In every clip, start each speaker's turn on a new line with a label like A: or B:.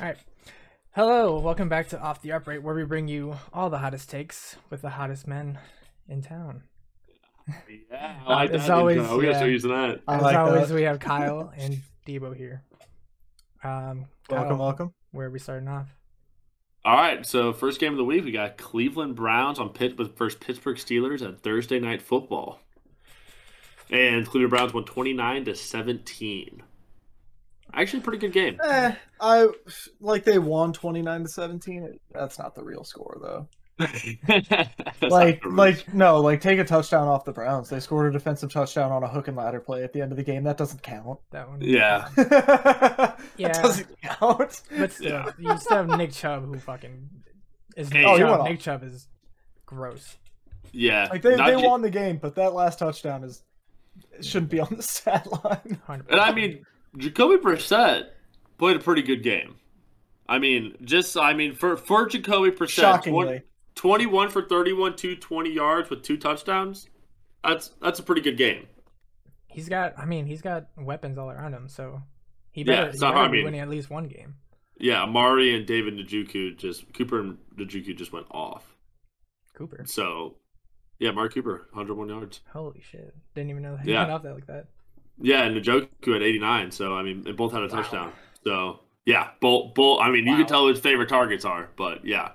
A: All right. Hello, welcome back to Off the Upright, where we bring you all the hottest takes with the hottest men in town.
B: Yeah,
C: Uh,
B: I like
A: It's
B: that.
A: always-
B: intro. We gotta
A: yeah.
B: start using that.
C: I
A: As
C: like
A: always,
C: that.
A: we have Kyle and Debo here. Um,
C: Welcome,
B: Oh.
A: Kyle,
C: welcome.
A: Where are we starting off?
B: All right, so first game of the week, we got Cleveland Browns on pit with first Pittsburgh Steelers at Thursday Night Football, and Cleveland Browns won twenty nine to seventeen. Actually, pretty good game.
C: Eh, I like they won twenty nine to seventeen. That's not the real score though.
B: That's not
C: like,
B: the
C: like no, like take a touchdown off the Browns. They scored a defensive touchdown on a hook and ladder play at the end of the game. That doesn't count.
A: That one.
B: rules. yeah,
C: that
A: Yeah.
C: doesn't count.
A: But still,
B: Yeah.
A: you still have Nick Chubb, who fucking is
B: Hey,
A: Nick,
B: Oh, he
A: Chubb.
C: went off.
A: Nick Chubb is gross.
B: yeah.
C: Like they,
B: Not
C: they
B: ju-
C: won the game, but that last touchdown is it shouldn't be on the stat line.
A: 100%.
B: And I mean, Jacoby Brissett played a pretty good game. I mean, just I mean for for Jacoby Brissett,
C: Shockingly.
B: 20 21 for 31, 220 yards with two touchdowns. That's that's a pretty good game.
A: he's got. I mean, he's got weapons all around him, so he
B: Yeah,
A: better,
B: it's
A: he
B: not-
A: better
B: I
A: be
B: mean-
A: winning at least one game.
B: Yeah, Amari and David Njoku just Cooper and Njoku just went off.
A: Cooper.
B: So, yeah, Mark Cooper, 101 yards.
A: Holy shit! Didn't even know he
B: Yeah.
A: went off that like that.
B: Yeah, and Njoku at 89. So I mean, they both had
A: Wow.
B: a touchdown. So yeah, both both. I mean, you can
A: Wow.
B: tell who his favorite targets are, but yeah.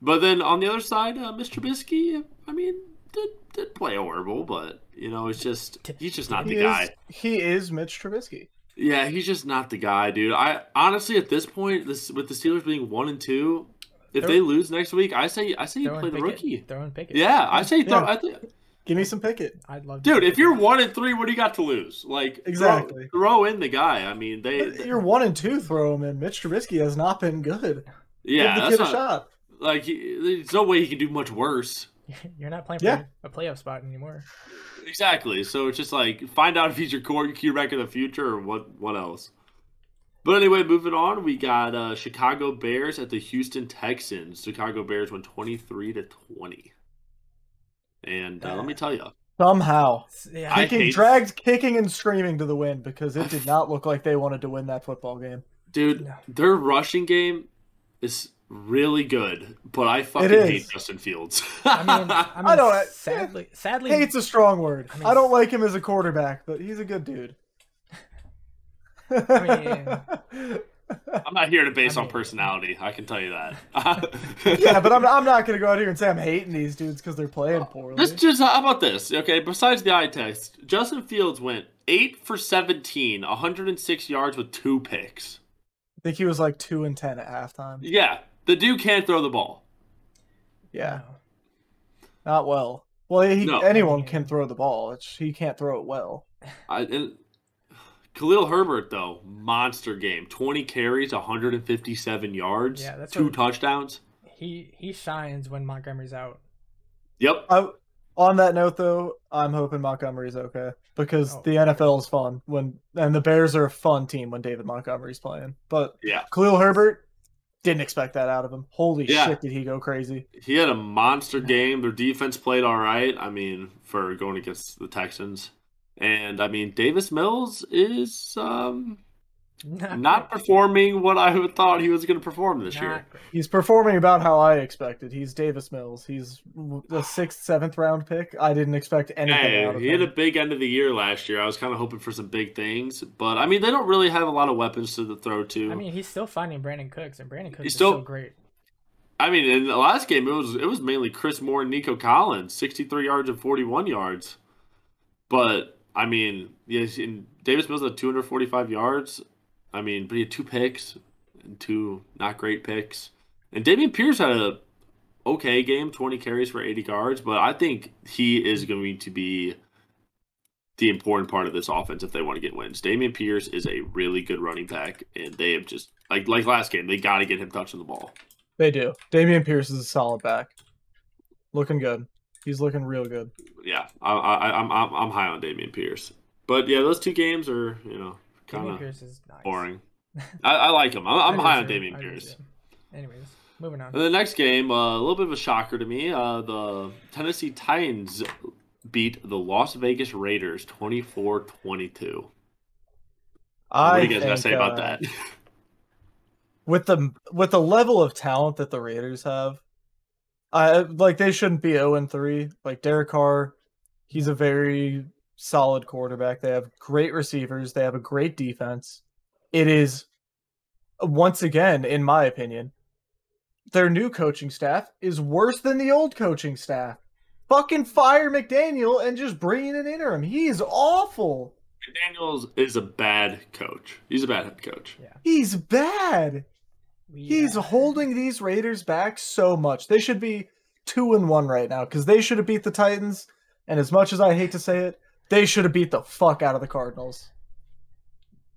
B: But then on the other side, uh, Mr. Trubisky, I mean, did did play horrible, but you know, it's just he's just not the
C: He
B: guy.
C: is, he is Mitch Trubisky.
B: Yeah, he's just not the guy, dude. I honestly at this point, this with the Steelers being one and two, if
A: They're-
B: they lose next week, I say I say you
A: Throwing
B: play the
A: Pickett.
B: rookie.
A: Throwing Pickett.
B: Yeah, I say throw.
C: Yeah.
B: I think,
C: Give me some Pickett.
A: I'd love. to
B: dude,
A: see
B: if
A: that.
B: you're one and three, what do you got to lose? Like throw-
C: Exactly.
B: throw, in the guy. I mean, they.
C: You're one and two. Throw him in. Mitch Trubisky has not been good.
B: yeah,
C: Give the
B: that's
C: kid
B: not
C: a shot.
B: like he, there's no way he can do much worse.
A: you're not playing
C: Yeah.
A: for a playoff spot anymore.
B: Exactly. So it's just like find out if he's your core quarterback in the future or what what else. But anyway, moving on, we got uh, Chicago Bears at the Houston Texans. Chicago Bears won twenty three to twenty. And uh, let me tell you,
C: Somehow.
A: S- Yeah,
B: I
C: Kicking,
B: hate-
C: dragged kicking and screaming to the wind because it did not look like they wanted to win that football game.
B: dude,
A: No.
B: their rushing game is really good, but I fucking
C: is.
B: hate Justin Fields.
A: I mean, I mean,
C: don't-
A: sadly, sadly,
C: Hate's a strong word.
A: I
C: I,
A: mean-
C: don't like him as a quarterback, but he's a good dude.
A: mean-
B: I'm not here to base
A: I
B: on
A: mean-
B: personality. I can tell you that.
C: yeah, but I'm, I'm not going to go out here and say I'm hating these dudes because they're playing poorly.
B: This just how about this? Okay, besides the eye test, Justin Fields went eight for 17, 106 yards with two picks.
C: I think he was like 2 and 10 at halftime.
B: Yeah, the dude can't throw the ball.
C: Yeah,
A: no.
C: not well. Well, he,
B: No.
C: anyone can throw the ball. It's, he can't throw it well.
B: I, and Khalil Herbert though, monster game, 20 carries, 157 yards,
A: Yeah, that's
B: two
A: what-
B: touchdowns.
A: he he shines when Montgomery's out.
B: Yep.
C: I, on that note, though, I'm hoping Montgomery's okay because
A: Oh.
C: the NFL is fun when, and the Bears are a fun team when David Montgomery's playing. But
B: Yeah.
C: Khalil Herbert didn't expect that out of him. Holy
B: Yeah.
C: shit, did he go crazy?
B: He had a monster game. Their defense played all right. I mean, for going against the Texans. And I mean, Davis Mills is um, not performing what I thought he was going to perform this
A: not
B: year.
A: great.
C: He's performing about how I expected. He's Davis Mills. He's the sixth, seventh round pick. I didn't expect anything out
B: Yeah,
C: of
B: he had a
C: him.
B: big end of the year last year. I was kind of hoping for some big things, but I mean, they don't really have a lot of weapons to the throw to.
A: I mean, he's still finding Brandon Cooks, and Brandon Cooks
B: He's
A: is still
B: still-
A: great.
B: I mean, in the last game, it was it was mainly Chris Moore and Nico Collins, sixty-three yards and forty-one yards. But I mean, yes, and Davis Mills had two hundred forty-five yards. I mean, but he had two picks and two not great picks. And Damian Pierce had a okay game, twenty carries for eighty yards. But I think he is going to be the important part of this offense if they want to get wins. Damian Pierce is a really good running back, and they have just like like last game, they got to get him touching the ball.
C: They do. Damian Pierce is a solid back. Looking good. He's looking real good.
B: yeah, I, I, I'm I'm I'm high on Damian Pierce, but yeah, those two games are you know kind
A: Damian
B: of
A: Pierce is nice.
B: boring. I, I like him. I'm, I'm
A: I do
B: high on
A: too.
B: Damian
A: I do
B: Pierce.
A: too. Anyways, moving on.
B: And the next game, uh, a little bit of a shocker to me. Uh, the Tennessee Titans beat the Las Vegas Raiders 24-22.
C: I
B: what do you guys
C: think,
B: gotta say about
C: uh,
B: that?
C: with the with the level of talent that the Raiders have, I like they shouldn't be zero and three. Like Derek Carr, he's a very solid quarterback. They have great receivers. They have a great defense. It is once again, in my opinion, their new coaching staff is worse than the old coaching staff. Fucking fire McDaniel and just bring in an interim. He is awful.
B: Daniels is a bad coach. He's a bad head coach.
C: He's bad. He's
A: uh,
C: holding these Raiders back so much. They should be two and one right now because they should have beat the Titans. And as much as I hate to say it, they should have beat the fuck out of the Cardinals.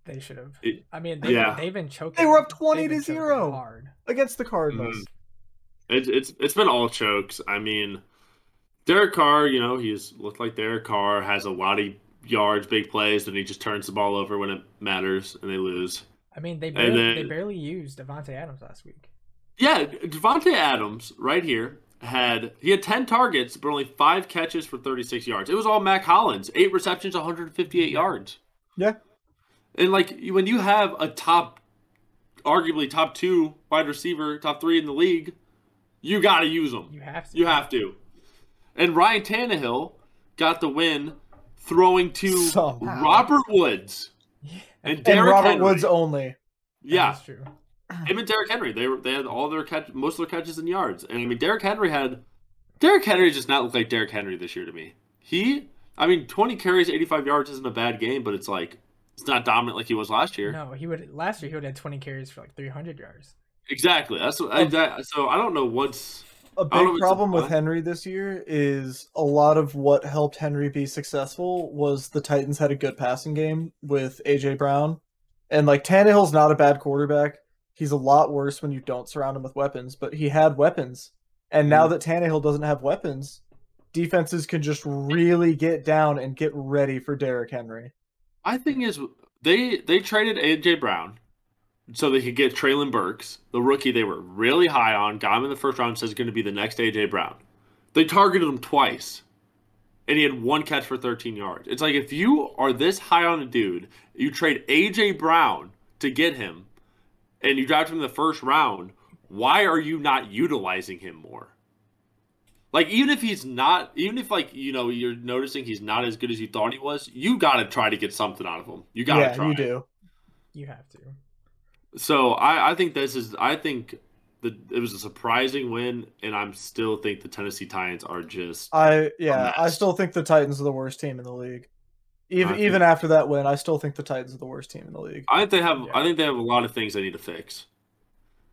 A: They should have.
B: It-
A: I mean, they've,
B: yeah.
A: they've been choking.
C: They were up 20
A: They've been
C: to
A: choking
C: zero.
A: Hard.
C: Against the Cardinals.
B: Mm-hmm. It's it's it's been all chokes. I mean, Derek Carr, you know, he's looked like Derek Carr has a lot of yards, big plays, and he just turns the ball over when it matters, and they lose.
A: I mean, they
B: And
A: barely, they
B: then-
A: barely used Devonte Adams last week.
B: Yeah, Devontae Adams right here had he had ten targets, but only five catches for thirty six yards. It was all Mac Hollins, eight receptions, one hundred fifty eight yards.
C: Yeah.
B: And like you- when you have a top, arguably top two wide receiver, top three in the league, you got to use them.
A: You have to.
B: You have to. And Ryan Tannehill got the win throwing to
C: Somehow.
B: Robert Woods
A: Yeah,
B: and
C: And
B: Derrick
C: Robert
B: Henry.
C: Woods only.
B: yeah,
A: That's true.
B: him and Derrick Henry. They were they had all their catch, most of their catches and yards. And I mean, Derrick Henry had Derrick Henry does not look like Derrick Henry this year to me. He, I mean, 20 carries, 85 yards isn't a bad game, but it's like it's not dominant like he was last year.
A: No, he would last year. He would have twenty carries for like three hundred yards.
B: Exactly. That's what, I,
C: Um,
B: that, so I don't know what's
C: A
B: don't know if
C: big
B: it's
C: problem
B: a-
C: with Henry this year is a lot of what helped Henry be successful was the Titans had a good passing game with AJ Brown, and like Tannehill's not a bad quarterback. He's a lot worse when you don't surround him with weapons, but he had weapons, and
B: Mm-hmm.
C: now that Tannehill doesn't have weapons, defenses can just really get down and get ready for Derrick Henry.
B: My thing is they they traded AJ Brown so they could get Traylon Burks, the rookie they were really high on, got him in the first round, says going to be the next AJ Brown. They targeted him twice, and he had one catch for 13 yards. It's like if you are this high on a dude, you trade AJ Brown to get him, and you draft him in the first round. Why are you not utilizing him more? Like even if he's not, even if like you know you're noticing he's not as good as you thought he was, you gotta try to get something out of him. You gotta
C: yeah,
B: try.
C: you do.
A: You have to.
B: So I, I think this is I think the it was a surprising win, and I'm still think the Tennessee Titans are just
C: I yeah, I
B: mess.
C: still think the Titans are the worst team in the league.
B: I
C: Even
B: think-
C: even after that win, I still think the Titans are the worst team in the league.
B: I think they have
A: Yeah.
B: I think they have a lot of things they need to fix.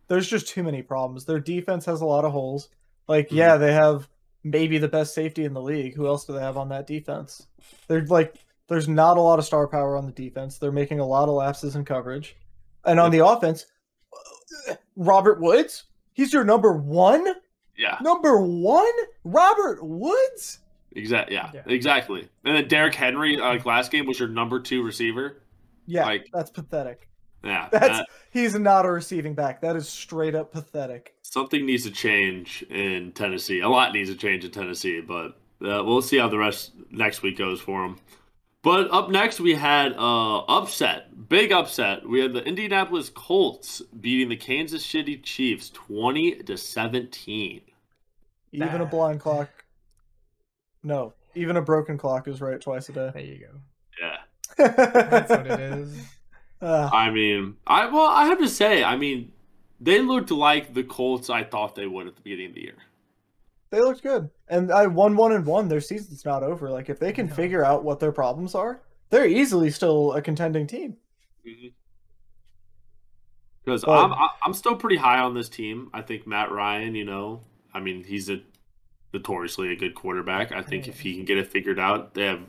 C: There's just too many problems. Their defense has a lot of holes. Like yeah, they have maybe the best safety in the league. Who else do they have on that defense? They're like there's not a lot of star power on the defense. They're making a lot of lapses in coverage. And on the offense, Robert Woods, he's your number 1?
B: Yeah,
C: Number 1? Robert Woods?
B: exactly. Yeah,
A: Yeah.
B: exactly. And then Derrick Henry, uh, like last game, was your number two receiver.
C: Yeah,
B: Like-
C: that's pathetic.
B: Yeah, Uh,
C: That's
B: that-
C: he's not a receiving back. That is straight up pathetic.
B: something needs to change in Tennessee. A lot needs to change in Tennessee, but uh, we'll see how the rest next week goes for them. But up next, we had uh, upset, big upset. We had the Indianapolis Colts beating the Kansas City Chiefs twenty to seventeen.
C: Even a
A: Bad.
C: blind clock. No, even a broken clock is right twice a day.
A: There you go.
B: Yeah,
A: That's what it is.
C: Ah,
B: I mean, I well, I have to say, I mean, they looked like the Colts I thought they would at the beginning of the year.
C: they looked good, and I won one and one. Their season's not over. Like if they can
A: No.
C: figure out what their problems are, they're easily still a contending team.
B: Because
C: But-
B: Mm-hmm. I'm I- I'm still pretty high on this team. I think Matt Ryan, you know, I mean, he's a notoriously a good quarterback. I think if he can get it figured out, they have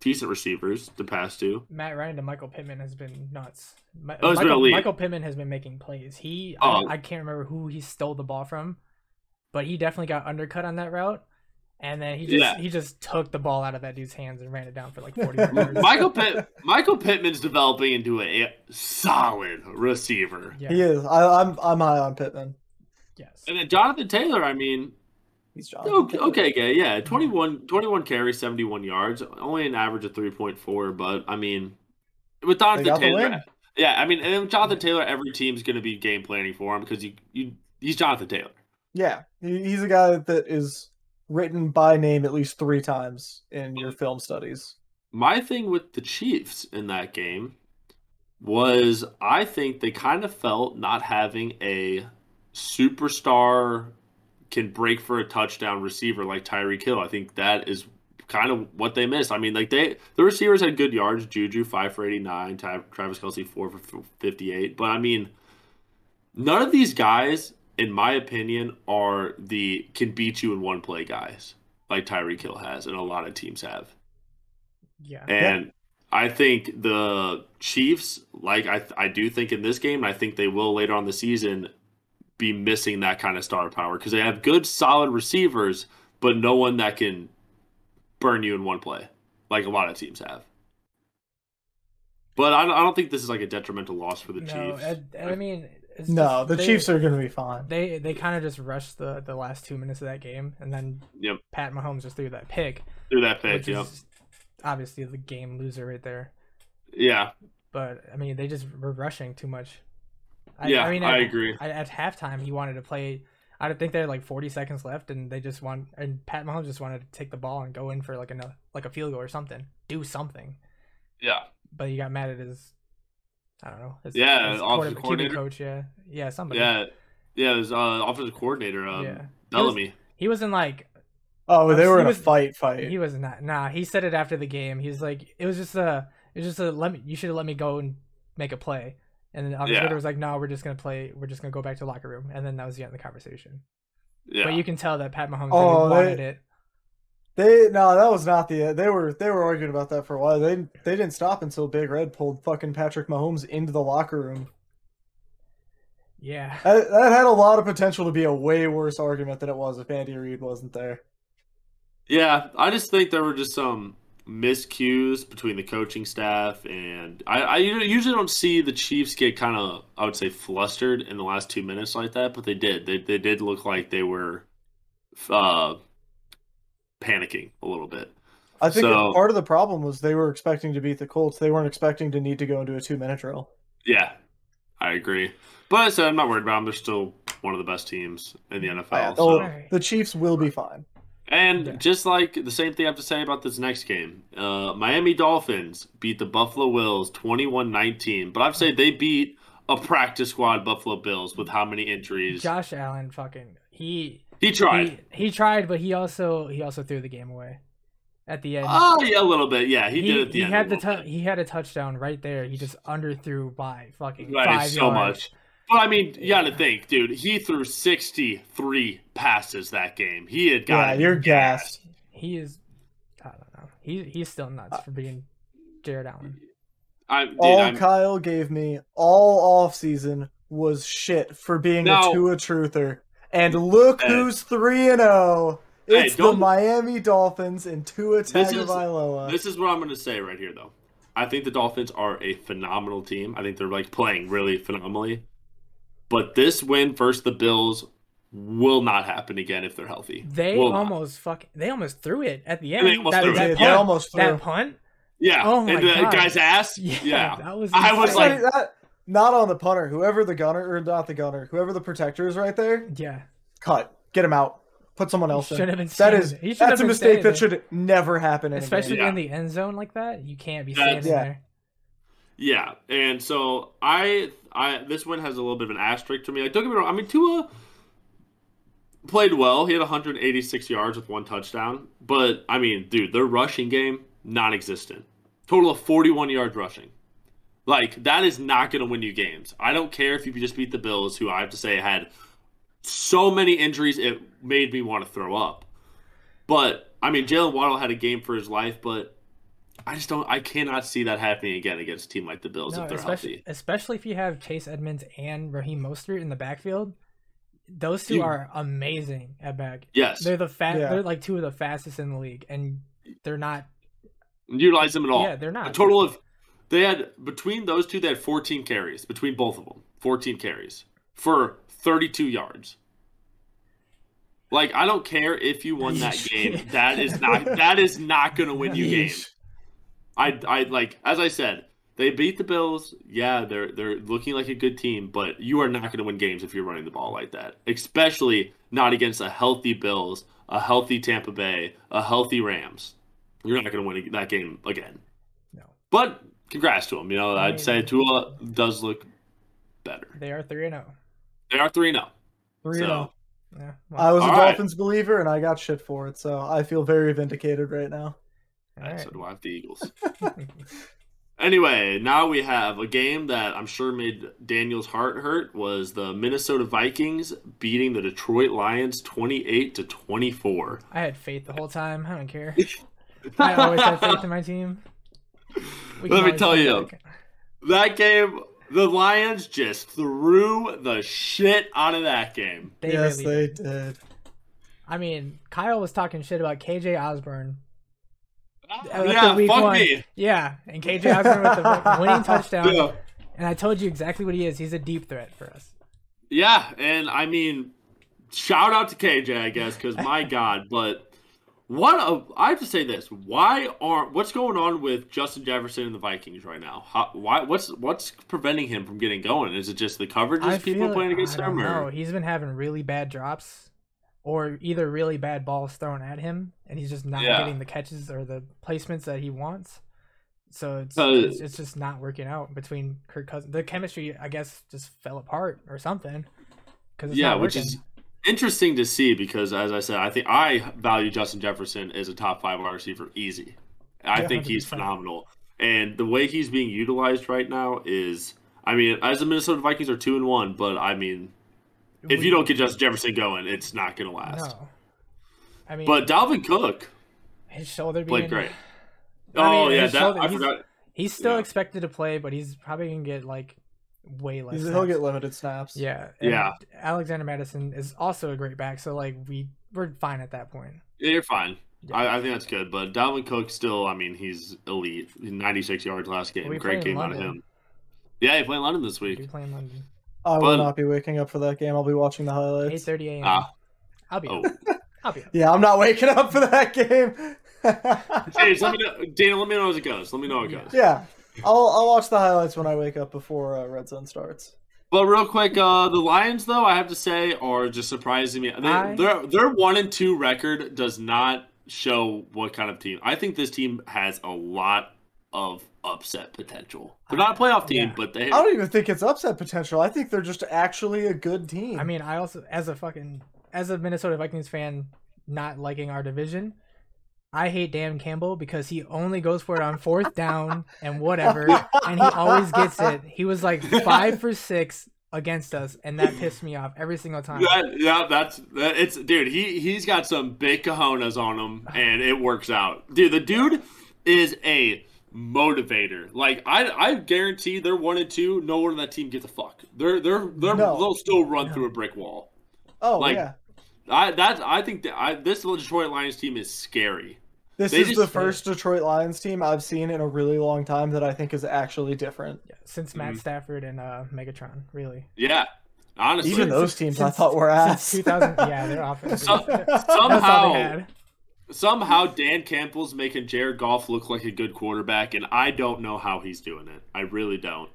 B: decent receivers to pass to.
A: Matt Ryan to Michael Pittman has been nuts. Mi-
B: Oh, it's been
A: Michael,
B: elite.
A: Michael Pittman has been making plays. He, I, don't-
B: Oh.
A: I can't remember who he stole the ball from, but he definitely got undercut on that route, and then he just
B: Yeah.
A: he just took the ball out of that dude's hands and ran it down for like forty yards.
B: Michael Pitt Michael Pittman's developing into a solid receiver.
A: Yeah.
C: He is. I, I'm I'm high on Pittman.
A: Yes.
B: And then Jonathan Taylor, I mean,
C: He's John.
B: okay, okay gay, yeah, 21, 21 carries, 71 yards, only an average of 3.4, but I mean, with
C: They
B: Jonathan
C: got the
B: Taylor,
C: win.
B: Yeah, I mean, and then Jonathan Taylor, every team's going to be game planning for him because you, you he's Jonathan Taylor.
C: Yeah, he- he's a guy that is written by name at least three times in your film studies.
B: My thing with the Chiefs in that game was I think they kind of felt not having a superstar can break for a touchdown receiver like Tyreek Hill. I think that is kind of what they missed. I mean, like they the receivers had good yards, Juju 5 for 89, Ty, Travis Kelsey 4 for 58, but I mean none of these guys in my opinion are the can beat you in one play guys like Tyreek Hill has and a lot of teams have.
A: Yeah.
B: And I think the Chiefs, like I, I do think in this game, and I think they will later on the season be missing that kind of star power because they have good, solid receivers, but no one that can burn you in one play like a lot of teams have. But I don't, I don't think this is like a detrimental loss for the
A: no,
B: Chiefs.
A: and- and I mean, it's
C: No,
A: just-
C: the
A: they-
C: Chiefs are going to be fine.
A: They they kind of just rushed the the last two minutes of that game, and then
B: Yep.
A: Pat Mahomes just threw that pick,
B: Through that pick,
A: which
B: yep.
A: is obviously the game loser right there.
B: yeah,
A: But I mean, they just were rushing too much.
B: yeah, I,
A: at,
B: agree.
A: I, at halftime, he wanted to play. I don't think they had like 40 seconds left, and they just want and Pat Mahomes just wanted to take the ball and go in for like another like a field goal or something, do something.
B: Yeah,
A: But he got mad at his, I don't know, his,
B: Yeah,
A: his
B: offensive
A: quarterback- QB
B: coordinator.
A: coach, yeah, yeah, somebody,
B: yeah, yeah. There's uh, offensive coordinator um,
A: yeah.
B: Bellamy.
A: He was in like
C: Oh, they
A: He
C: were in a
A: was-
C: fight, fight.
A: He was not. Nah, he said it after the game. He was like, it was just a, it was just a. Let me. You should have let me go and make a play. And then Office
B: Yeah.
A: was like, no, we're just gonna play. We're just gonna go back to the locker room. And then that was the end of the conversation.
B: yeah,
A: But you can tell that Pat Mahomes
C: Oh,
A: really wanted
C: they-
A: it.
C: They no, that was not the. They were they were arguing about that for a while. They they didn't stop until Big Red pulled fucking Patrick Mahomes into the locker room.
A: Yeah.
C: That, that had a lot of potential to be a way worse argument than it was if Andy Reid wasn't there.
B: Yeah, I just think there were just some miscues between the coaching staff, and I, I u- usually don't see the Chiefs get kind of, I would say, flustered in the last two minutes like that, but they did. They they did look like they were uh, panicking a little bit.
C: I think that
B: So-
C: part of the problem was they were expecting to beat the Colts. They weren't expecting to need to go into a two minute drill.
B: Yeah, I agree. But I said I'm not worried about them. They're still one of the best teams in the NFL.
C: Oh,
B: So.
A: Right.
C: The Chiefs will be fine.
B: And
A: Yeah.
B: just like the same thing I have to say about this next game, uh, Miami Dolphins beat the Buffalo Bills 21 19. But I'd say they beat a practice squad Buffalo Bills with how many injuries?
A: Josh Allen, fucking he.
B: he tried.
A: He, he tried, but he also he also threw the game away at the end.
B: oh, yeah, a little bit. Yeah, he,
A: he,
B: did at the
A: he
B: end.
A: had
B: a
A: the
B: little
A: tou-
B: bit.
A: he had a touchdown right there. He just underthrew by fucking
B: Right,
A: five
B: so
A: yards.
B: much. But I mean, you got to think, dude, he threw 63 passes that game. He had
C: Yeah,
B: got
C: you're gassed.
A: He is. I don't know. He he's still nuts
C: Uh,
A: for being Jared Allen.
B: I, dude,
C: all
B: I'm-
C: Kyle gave me all offseason was shit for being
B: No.
C: a Tua truther. And look
B: Hey.
C: who's three and zero.
B: Hey,
C: It's the
B: don't-
C: Miami Dolphins and Tua
B: This is-
C: Tagovailoa.
B: This is what I'm going to say right here, though. I think the Dolphins are a phenomenal team. I think they're like playing really phenomenally. But this win versus the Bills will not happen again if they're healthy.
A: They
B: Will not.
A: almost fuck. They almost threw it at the
B: They
A: end.
B: almost
A: that,
B: threw it.
A: that
C: They
A: punt,
C: almost threw.
A: that punt.
B: yeah.
A: Oh my
B: and the
A: God.
B: guy's ass.
A: Yeah,
B: Yeah.
A: that was.
B: I was
A: insane.
B: like-
C: Sorry, that- not on the punter. Whoever the gunner or not the gunner, whoever the protector is right there,
A: yeah,
C: cut. Get him out. Put someone else
A: should have
C: in.
A: been
C: That
A: standing
C: is
A: there. He should have
C: that's a
A: been
C: mistake that
A: standing
C: should never happen in
A: especially
C: a game.
B: Yeah.
A: in the end zone like that. You can't be
B: That's-
A: standing
C: Yeah.
A: there.
B: Yeah. And so I, I, this win has a little bit of an asterisk to me. I took it wrong. I mean, Tua played well. He had 186 yards with one touchdown. But I mean, dude, their rushing game non-existent. Total of 41 yards rushing. Like that is not going to win you games. I don't care if you just beat the Bills, who I have to say had so many injuries it made me want to throw up. But I mean, Jalen Waddle had a game for his life, but I just don't. I cannot see that happening again against a team like the Bills
A: No,
B: if they're
A: especially
B: healthy.
A: especially if you have Chase Edmonds and Raheem Mostert in the backfield. Those two
B: You-
A: are amazing at back.
B: Yes,
A: They're the fast.
C: Yeah.
A: They're like two of the fastest in the league, and they're not.
B: utilize them at all.
A: Yeah, they're not.
B: A total of they had between those two they had 14 carries between both of them. 14 carries for 32 yards. Like I don't care if you won that game. That is not that is not going to win you games. I I like as I said, They beat the Bills. Yeah, they're they're looking like a good team, but you are not going to win games if you're running the ball like that, especially not against a healthy Bills, a healthy Tampa Bay, a healthy Rams. You're not going to win that game again.
A: No.
B: But congrats to them. You know, I'd say Tua does look better.
A: They are three and zero.
B: They are three zero.
C: Three
B: So-
C: and oh.
A: Yeah. well,
C: I was a
B: All right.
C: Dolphins believer and I got shit for it, so I feel very vindicated right now.
A: all right.
B: So do I have the Eagles. Anyway, now we have a game that I'm sure made Daniel's heart hurt was the Minnesota Vikings beating the Detroit Lions 28 to 24.
A: I had faith the whole time. I don't care. I always have faith in my team. We can
B: Let me
A: always
B: tell
A: come
B: you.
A: back.
B: That game, the Lions just threw the shit out of that game.
A: They
C: yes,
A: really
C: they did.
A: I mean, Kyle was talking shit about KJ Osborne. after
B: yeah,
A: week
B: fuck
A: one.
B: me.
A: Yeah, and KJ Osborne with the fucking winning touchdown.
B: Yeah.
A: And I told you exactly what he is. He's a deep threat for us.
B: Yeah, and I mean, shout out to KJ, I guess, because my God, but what a, I have to say this: Why aren't what's going on with Justin Jefferson and the Vikings right now? How, why what's what's preventing him from getting going? Is it just the coverages
A: I
B: people
A: feel-
B: playing against
A: I don't
B: him,
A: know.
B: or
A: He's been having really bad drops, or either really bad balls thrown at him, and he's just not
B: Yeah.
A: getting the catches or the placements that he wants. So it's,
B: Uh,
A: it's it's just not working out between Kirk Cousins. The chemistry, I guess, just fell apart or something. Because
B: yeah, which is interesting to see because, as I said, I think I value Justin Jefferson as a top five wide receiver easy. I
A: Yeah,
B: think he's
A: 100%.
B: phenomenal, and the way he's being utilized right now is. I mean, as the Minnesota Vikings are two and one, but I mean, If you don't get Justin Jefferson going, it's not going to last.
A: no. I mean,
B: But Dalvin Cook
A: his shoulder being
B: played great.
A: I mean,
B: oh yeah,
A: his
B: that
A: shoulder-
B: I
A: he's-
B: forgot.
A: He's still
B: Yeah.
A: expected to play, but he's probably gonna get like way less.
C: He's- He'll
A: snaps.
C: get limited snaps.
A: Yeah.
B: Yeah.
A: and Alexander Madison is also a great back, so like we we're fine at that point.
B: Yeah, you're fine.
A: Yeah.
B: I, I think that's good. But Dalvin Cook still, I mean, he's elite. 96 yards last game.
A: We
B: great
A: play in
B: game out of
A: London.
B: him. Yeah, he played in London this
A: We
B: week.
A: play in London.
C: I will
B: But-
C: not be waking up for that game. I'll be watching the
A: Eight
C: highlights.
A: thirty a.m.
B: Ah.
A: I'll be.
B: Oh,
A: Up. I'll be. Up.
C: Yeah, I'm not waking up for that game.
B: James, let me know. Dana, let me know as it goes. Let me know how it
A: Yeah.
B: goes.
C: yeah, I'll I'll watch the highlights when I wake up before uh, Red Zone starts.
B: But real quick, uh, the Lions though I have to say are just surprising me. They,
A: I-
B: Their their one and two record does not show what kind of team. I think this team has a lot of upset potential. They're not a playoff team,
A: Yeah.
B: but they
C: I don't even think it's upset potential. I think they're just actually a good team.
A: I mean, I also as a fucking as a Minnesota Vikings fan, not liking our division. I hate Dan Campbell because he only goes for it on fourth down and whatever, and he always gets it. He was like five for six against us, and that pissed me off every single time.
B: That- yeah, that's that, it's dude. He he's got some big cojones on him, and it works out, dude. The dude is a motivator. Like I I guarantee they're one and two. No one on that team gives a fuck. They're they're they're
C: No.
B: they'll still run through a brick wall.
C: oh
B: like-
C: yeah,
B: I that's I think that I, this Detroit Lions team is scary.
C: this
B: they
C: is
B: just-
C: the first Detroit Lions team I've seen in a really long time that I think is actually different.
A: Yeah, since
B: Mm-hmm.
A: Matt Stafford and uh, Megatron, really.
B: Yeah, honestly.
C: Even those teams I
A: since-
C: thought were ass.
A: Since 2000, yeah, their offense.
B: So-
A: That's all they
B: somehow
A: had.
B: somehow Dan Campbell's making Jared Goff look like a good quarterback, and I don't know how he's doing it. I really don't.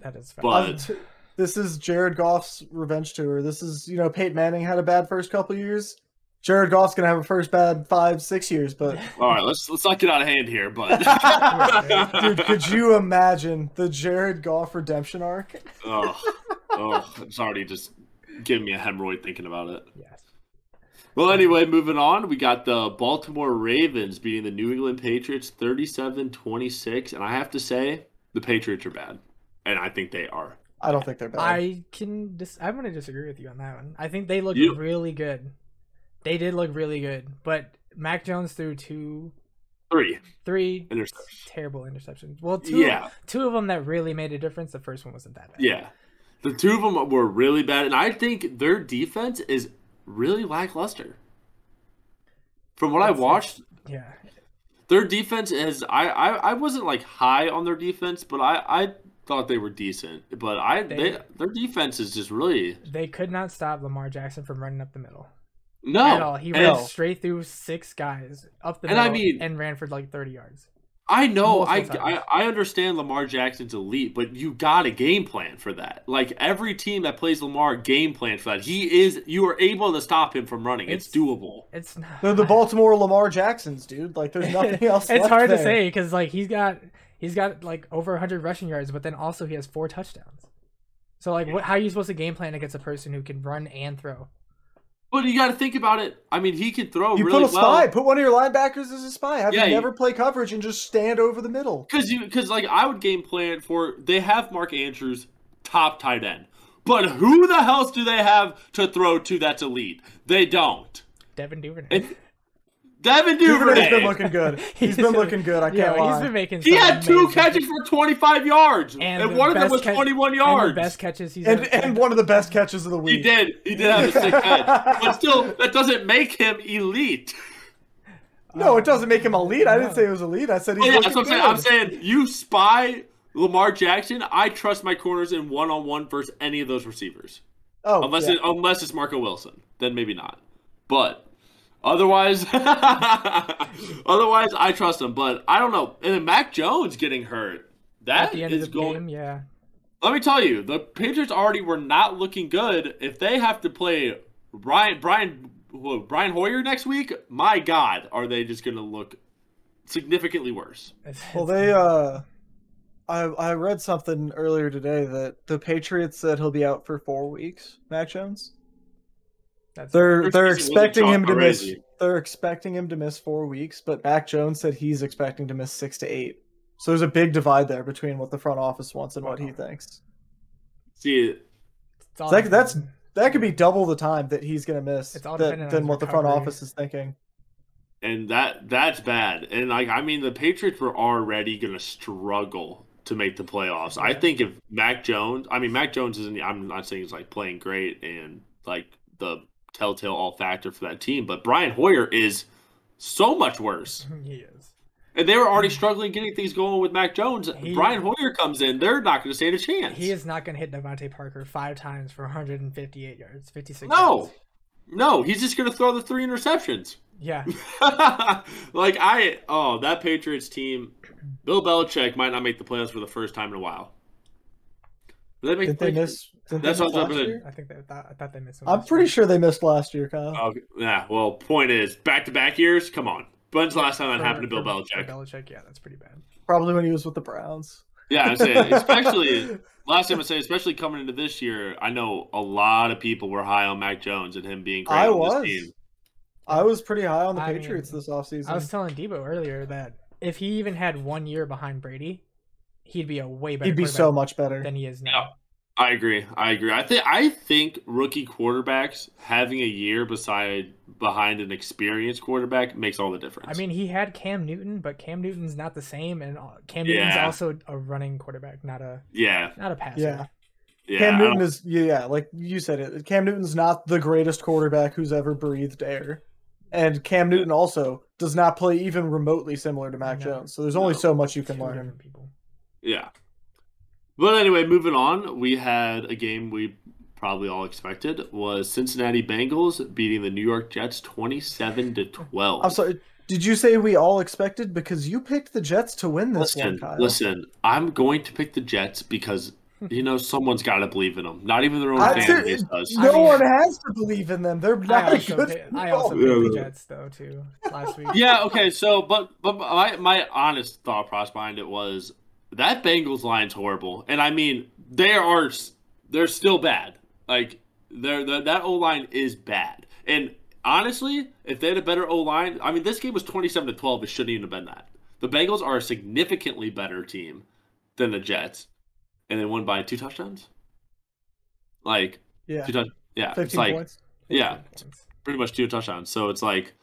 A: That is
B: But-
A: fun.
C: I'm t- this is Jared Goff's revenge tour. This is you know Peyton Manning had a bad first couple years. Jared Goff's gonna have a first bad five six years, but
B: All right, let's let's not get out of hand here, but
C: dude, could you imagine the Jared Goff redemption arc?
B: oh, oh, it's already just giving me a hemorrhoid thinking about it.
A: Yes.
B: Well, anyway, moving on, we got the Baltimore Ravens beating the New England Patriots 37-26, and I have to say the Patriots are bad, and I think they are.
C: I don't think they're bad.
A: I can dis- I'm gonna disagree with you on that one. I think they look
B: You-
A: really good. They did look really good, but Mac Jones threw two,
B: Three
A: three
B: interceptions.
A: terrible interceptions. Well, two,
B: Yeah,
A: two of them that really made a difference. The first one wasn't that bad.
B: yeah. The two of them were really bad, and I think their defense is really lackluster. From what I
A: That's-
B: watched,
A: yeah.
B: their defense is I, I I wasn't like high on their defense, but I I thought they were decent. But I they,
A: They-
B: their defense is just really
A: They could not stop Lamar Jackson from running up the middle
B: no.
A: at all. He
B: And-
A: ran
C: No.
A: straight through six guys up the
B: And
A: middle
B: I mean-
A: and ran for like 30 yards.
B: I know, I,
A: Multiple times.
B: I I understand Lamar Jackson's elite, but you got a game plan for that. Like every team that plays Lamar, game plan for that. He is you are able to stop him from running. It's,
A: It's-
B: doable.
A: It's not.
C: They're the Baltimore Lamar Jacksons, dude. Like there's nothing else.
A: it's
C: left
A: hard to
C: there.
A: say because like he's got he's got like over 100 rushing yards, but then also he has four touchdowns. So like, what? How are you supposed to game plan against a person who can run and throw?
B: But you got to think about it. I mean, he can throw
C: You
B: Oh, really
C: put a
B: well.
C: spy. Put one of your linebackers as a spy. Have
B: Yeah,
C: them
B: you-
C: never play coverage and just stand over the middle.
B: Because you, because like I would game plan for they have Mark Andrews, top tight end, but who the hell do they have to throw to that's elite? They don't.
A: Devin Duvernay.
B: It's- Devin Duvernay.
C: Duvernay's been looking good. He's been looking good. I
A: Yeah,
C: can't
A: he's
C: lie.
A: been making.
B: he
A: some
B: had two
A: amazing-
B: catches for 25 yards, and,
A: the
B: one of them
A: best
B: was
A: catch-
B: 21
A: and the
B: yards.
A: best catches he's
C: and
A: ever-
C: and one of the best catches of the
B: he
C: week.
B: did. He did have a sick catch, but still, that doesn't make him elite.
C: No, it doesn't make him a lead. I didn't
A: No.
C: say it was a lead. I said he's
B: Oh, yeah,
C: looking
B: that's what I'm saying.
C: good.
B: I'm saying you spy Lamar Jackson. I trust my corners in one on one versus any of those receivers.
C: Oh,
B: Unless
C: yeah.
B: it, unless it's Marco Wilson, then maybe not. But otherwise, otherwise I trust him. But I don't know. And then Mac Jones getting hurt.
A: at
B: That
A: the end of
B: is
A: the
B: going.
A: game. Yeah,
B: Let me tell you, the Patriots already were not looking good. If they have to play Brian Brian whoa, Brian Hoyer next week, my God, are they just going to look significantly worse?
A: It's-
C: Well,
A: it's-
C: they uh, I I read something earlier today that the Patriots said he'll be out for four weeks. Mac Jones.
A: that's-
C: They're
B: First
C: they're
B: season wasn't
C: expecting
B: John
C: him to miss.
B: Morazzi.
C: They're expecting him to miss four weeks, but Mac Jones said he's expecting to miss six to eight. So there's a big divide there between what the front office wants and what he thinks.
B: See,
A: it's all
C: Zach,
A: dependent-
C: that's- That could be double the time that he's going to miss
A: It's all
C: than,
A: dependent on
C: than
A: his
C: what the front
A: recovery.
C: office is thinking.
B: and that that's bad. And like I mean, the Patriots were already going to struggle to make the playoffs. I think if Mac Jones, I mean Mac Jones isn't. I'm not saying he's like playing great and like the telltale all factor for that team, but Brian Hoyer is so much worse.
A: he is.
B: And they were already struggling getting things going with Mac Jones.
A: He-
B: Brian Hoyer comes in; they're not going to stand a chance.
A: He is not going to hit Devontae Parker five times for 158 yards, 56.
B: no,
A: yards.
B: no. He's just going to throw the three interceptions.
A: Yeah,
B: like I oh that Patriots team, Bill Belichick might not make the playoffs for the first time in a while. Did they make
C: Didn't
B: the
C: they
B: playoffs?
C: miss? Didn't they
B: That's
C: miss
B: what I was
C: last
B: gonna-
C: year?
A: I think they thought I thought they missed. him
C: I'm
A: last
C: pretty
A: year.
C: sure they missed last year, Kyle.
B: Oh, yeah. Well, point is back to back years. Come on. When's the last time that
A: For-
B: happened to Bill
A: for- for
B: Belichick?
A: Belichick, yeah, that's pretty bad.
C: Probably when he was with the Browns.
B: yeah, I'm saying especially last time I say especially coming into this year. I know a lot of people were high on Mac Jones and him being great
C: I
B: on
C: was.
B: this team.
C: I was pretty high on the
A: I
C: Patriots
A: mean,
C: this offseason.
A: I was telling Debo earlier that if he even had one year behind Brady, he'd be a way better.
C: He'd be
A: quarterback
C: so much better.
A: than he is now.
B: I agree. I agree. I think I think rookie quarterbacks having a year beside behind an experienced quarterback makes all the difference.
A: I mean, he had Cam Newton, but Cam Newton's not the same, and uh, Cam Newton's
B: Yeah.
A: also a running quarterback, not a
B: yeah,
A: not a passer.
C: Yeah.
B: yeah. I
C: Cam
B: don't-
C: Newton is yeah, yeah, like you said it. Cam Newton's not the greatest quarterback who's ever breathed air. And Cam Newton also does not play even remotely similar to Mac
A: No.
C: Jones. So there's only
B: No.
C: so much you
A: Two
C: can learn.
A: different people.
B: Yeah. But anyway, moving on, we had a game we probably all expected was Cincinnati Bengals beating the New York Jets 27 to 12.
C: I'm sorry. Did you say we all expected because you picked the Jets to win this one,
B: Listen,
C: Kyle?
B: listen, I'm going to pick the Jets because you know someone's got to believe in them. Not even their own
C: I-
B: fan base does.
C: No
A: I mean-
C: one has to believe in them. They're not
A: I
C: a
A: also,
C: good.
A: pick- I
C: football
A: also
C: team.
B: Yeah,
A: picked the
B: yeah.
A: Jets though too last week.
B: Yeah, okay. So, but but my my honest thought process behind it was that Bengals line's horrible, and I mean they are s- they're still bad. Like they're, they that O line is bad, and honestly, if they had a better O line, I mean this game was twenty seven to twelve. It shouldn't even have been that. The Bengals are a significantly better team than the Jets, and they won by two touchdowns. Like
C: yeah.
B: two touch, yeah, it's
C: 15
B: like
C: points.
B: yeah,
A: Points.
B: pretty much two touchdowns. So it's like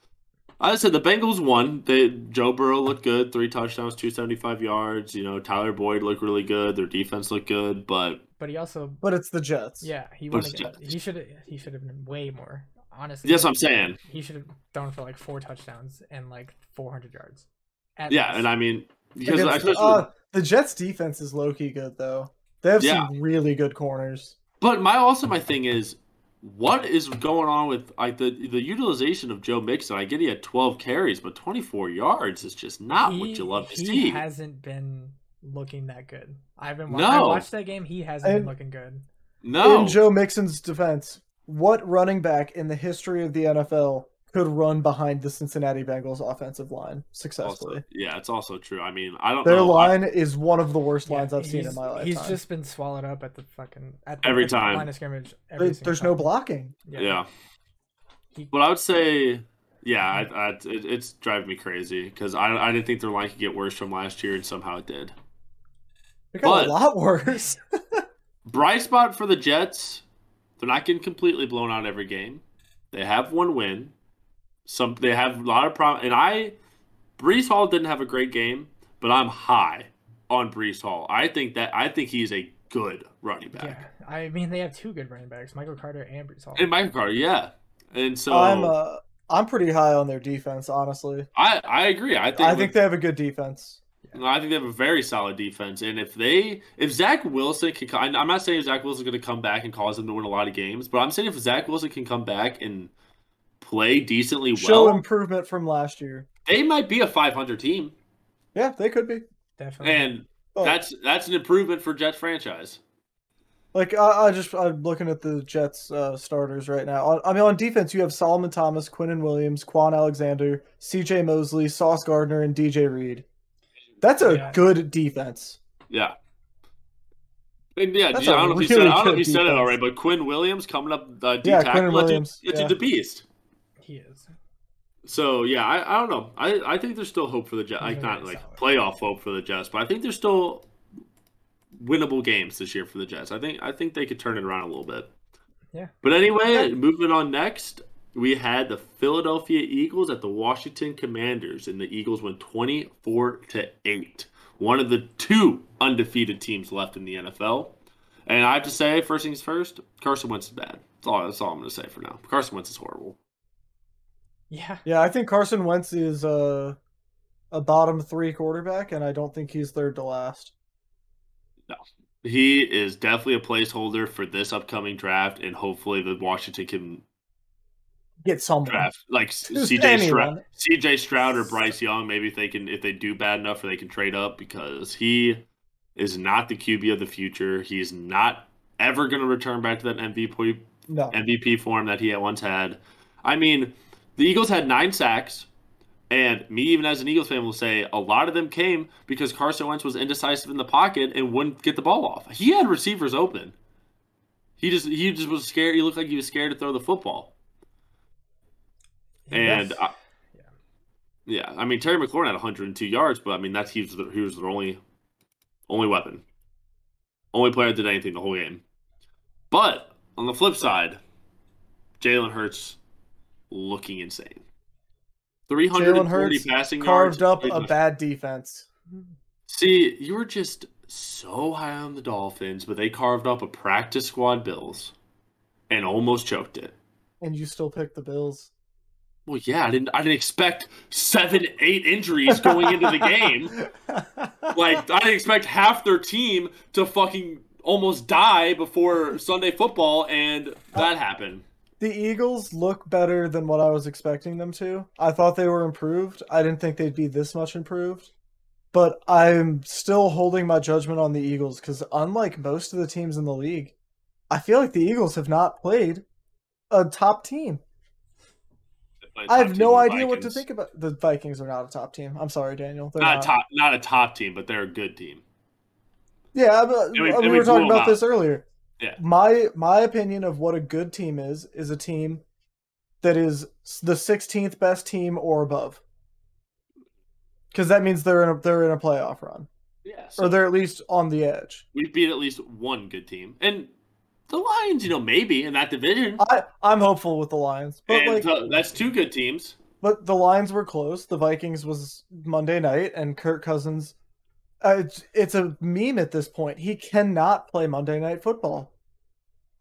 B: I said, the Bengals won. They Joe Burrow looked good, three touchdowns, two seventy five yards. You know, Tyler Boyd looked really good. Their defense looked good, but
A: But he also,
C: But it's the Jets.
A: yeah, he
B: But
A: won
B: it's
A: again.
B: Jets.
A: He should he should have been way more. Honestly,
B: yes, I'm saying
A: he should have thrown for like four touchdowns and like 400 yards. At
B: yeah.
A: least.
B: And I mean, because
C: Against-
B: especially,
C: uh, the Jets defense is low key good though. They have
B: Yeah.
C: some really good corners.
B: but my also my thing is what is going on with like the the utilization of Joe Mixon? I get he had 12 carries, but 24 yards is just not what you love to
A: he
B: see.
A: hasn't been looking that good. I've been wa- I
B: No.
A: watched that game. He hasn't been
C: And-
A: looking good.
B: no,
C: In Joe Mixon's defense, what running back in the history of the NFL could run behind the Cincinnati Bengals offensive line successfully?
B: also, yeah, it's also true. I mean, I don't
C: Their
B: know. I-
C: line is one of the worst
A: Yeah,
C: lines I've seen in
A: he's-
C: my lifetime.
A: He's just been swallowed up at the fucking at the,
B: Every
A: at the
B: time.
A: line of scrimmage. every
C: There-
A: single
C: there's no
A: time.
C: blocking.
B: yeah.
A: He-
B: But I would say, yeah, I, I, it, it's driving me crazy because I, I didn't think their line could get worse from last year, and somehow it did.
C: It got
B: But-
C: a lot worse.
B: Bright spot for the Jets. They're not getting completely blown out every game. They have one win. Some they have a lot of problems. And I, Brees Hall didn't have a great game, but I'm high on Brees Hall. I think that I think he's a good running
A: Yeah,
B: back.
A: I mean they have two good running backs, Michael Carter and Brees Hall.
B: And Michael Carter, yeah. And so
C: I'm uh, I'm pretty high on their defense, honestly.
B: I I agree. I think
C: I
B: with-
C: think they have a good defense.
B: No, I think they have a very solid defense, and if they, if Zach Wilson can, co- I'm not saying Zach Wilson's going to come back and cause them to win a lot of games, but I'm saying if Zach Wilson can come back and play decently well,
C: Show improvement from last year.
B: they might be a 500 team,
C: Yeah, they could be.
A: Definitely.
B: and
C: But,
B: that's that's an improvement for Jets franchise.
C: like I, I just I'm looking at the Jets uh, starters right now. On, I mean, on defense you have Solomon Thomas, Quinnen Williams, Quan Alexander, C.J. Mosley, Sauce Gardner, and D.J. Reed. That's a
A: Yeah.
C: good defense.
B: Yeah. And yeah,
C: That's
B: I
C: a
B: don't know if you said
C: really
B: it, I don't know if
C: good
B: you said it
C: defense.
B: already, but Quinn Williams coming up, uh, D
C: Yeah, Quinn
B: tackle, it's a-
C: Williams,
B: it's
C: yeah.
B: a beast.
A: he is.
B: So yeah, I, I don't know. I, I think there's still hope for the Jets. Like
A: Very
B: not like
A: solid.
B: playoff hope for the Jets, but I think there's still winnable games this year for the Jets. I think I think they could turn it around a little bit.
A: Yeah.
B: But anyway, moving on next, we had the Philadelphia Eagles at the Washington Commanders, and the Eagles went 24 to eight. One of the two undefeated teams left in the NFL. And I have to say, first things first, Carson Wentz is bad. That's all, that's all I'm going to say for now. Carson Wentz is horrible.
A: Yeah.
C: Yeah, I think Carson Wentz is a a bottom three quarterback, and I don't think he's third to last.
B: He is definitely a placeholder for this upcoming draft, and hopefully the Washington can
C: Get someone.
B: draft like
C: Just
B: CJ Stroud,
C: anyone.
B: CJ Stroud or Bryce Young. Maybe if they can, if they do bad enough, or they can trade up because he is not the QB of the future. He's not ever going to return back to that MVP
C: No.
B: MVP form that he at once had. I mean, the Eagles had nine sacks, and me, even as an Eagles fan, will say a lot of them came because Carson Wentz was indecisive in the pocket and wouldn't get the ball off. He had receivers open. He just he just was scared. He looked like he was scared to throw the football.
A: He
B: And
A: is.
B: I, yeah, I mean Terry McLaurin had 102 yards, but I mean that's he was the, he was their only only weapon, only player that did anything the whole game. But on the flip side, Jalen Hurts looking insane. 340
C: Jalen Hurts
B: passing yards.
C: Carved up a
B: and-
C: bad defense.
B: See, you were just so high on the Dolphins, but they carved up a practice squad Bills and almost choked it.
C: And you still pick the Bills.
B: Well, yeah, I didn't. I didn't expect seven, eight injuries going into the game. Like I didn't expect half their team to fucking almost die before Sunday football, and that happened.
C: the Eagles look better than what I was expecting them to. I thought they were improved. I didn't think they'd be this much improved. But I'm still holding my judgment on the Eagles because, unlike most of the teams in the league, I feel like the Eagles have not played a top team. I have no idea what to think about. The Vikings are not a top team. I'm sorry, Daniel. They're
B: Not a top, not a top team, but they're a good team.
C: Yeah, but
B: And we-
C: we,
B: and we
C: were
B: blew
C: talking
B: 'em
C: about
B: out.
C: this earlier.
B: Yeah.
C: My my opinion of what a good team is is a team that is s- the 16th best team or above. Cuz that means they're in a, they're in a playoff run
B: Yeah,
C: or they're at least on the edge.
B: we beat at least one good team, and the Lions, you know, maybe in that division.
C: I I'm hopeful with the Lions, Uh, but
B: and
C: like
B: so that's two good teams.
C: but the Lions were close. The Vikings was Monday night and Kirk Cousins uh, it's, it's a meme at this point. He cannot play Monday night football.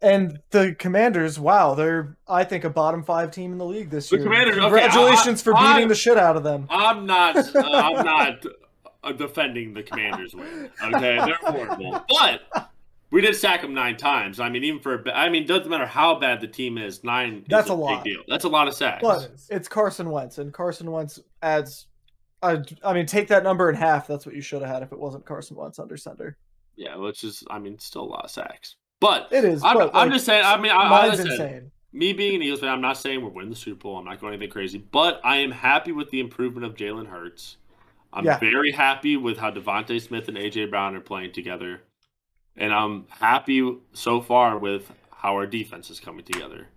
C: And the Commanders, wow, they're I think a bottom 5 team in the league this
B: The
C: year.
B: Commanders, okay,
C: Congratulations
B: I-
C: for
B: I-
C: beating the shit out of them.
B: I'm not. Uh, I'm not uh, defending the Commanders win. Okay, they're horrible, but We did sack him nine times. I mean, even for a ba- I mean, doesn't matter how bad the team is. Nine.
C: That's
B: is
C: a lot.
B: Big deal. That's a lot of sacks.
C: But it's Carson Wentz, and Carson Wentz adds. I, I mean, take that number in half. That's what you should have had if it wasn't Carson Wentz under center.
B: yeah, which is I mean, still a lot of sacks. But
C: It is.
B: I'm,
C: but,
B: I'm
C: like,
B: just saying. I mean, I, I
C: mine's
B: listen,
C: insane.
B: me being an Eagles fan, I'm not saying we're winning the Super Bowl. I'm not going anything crazy, but I am happy with the improvement of Jalen Hurts. I'm
C: Yeah.
B: very happy with how Devontae Smith and AJ Brown are playing together, and I'm happy so far with how our defense is coming together.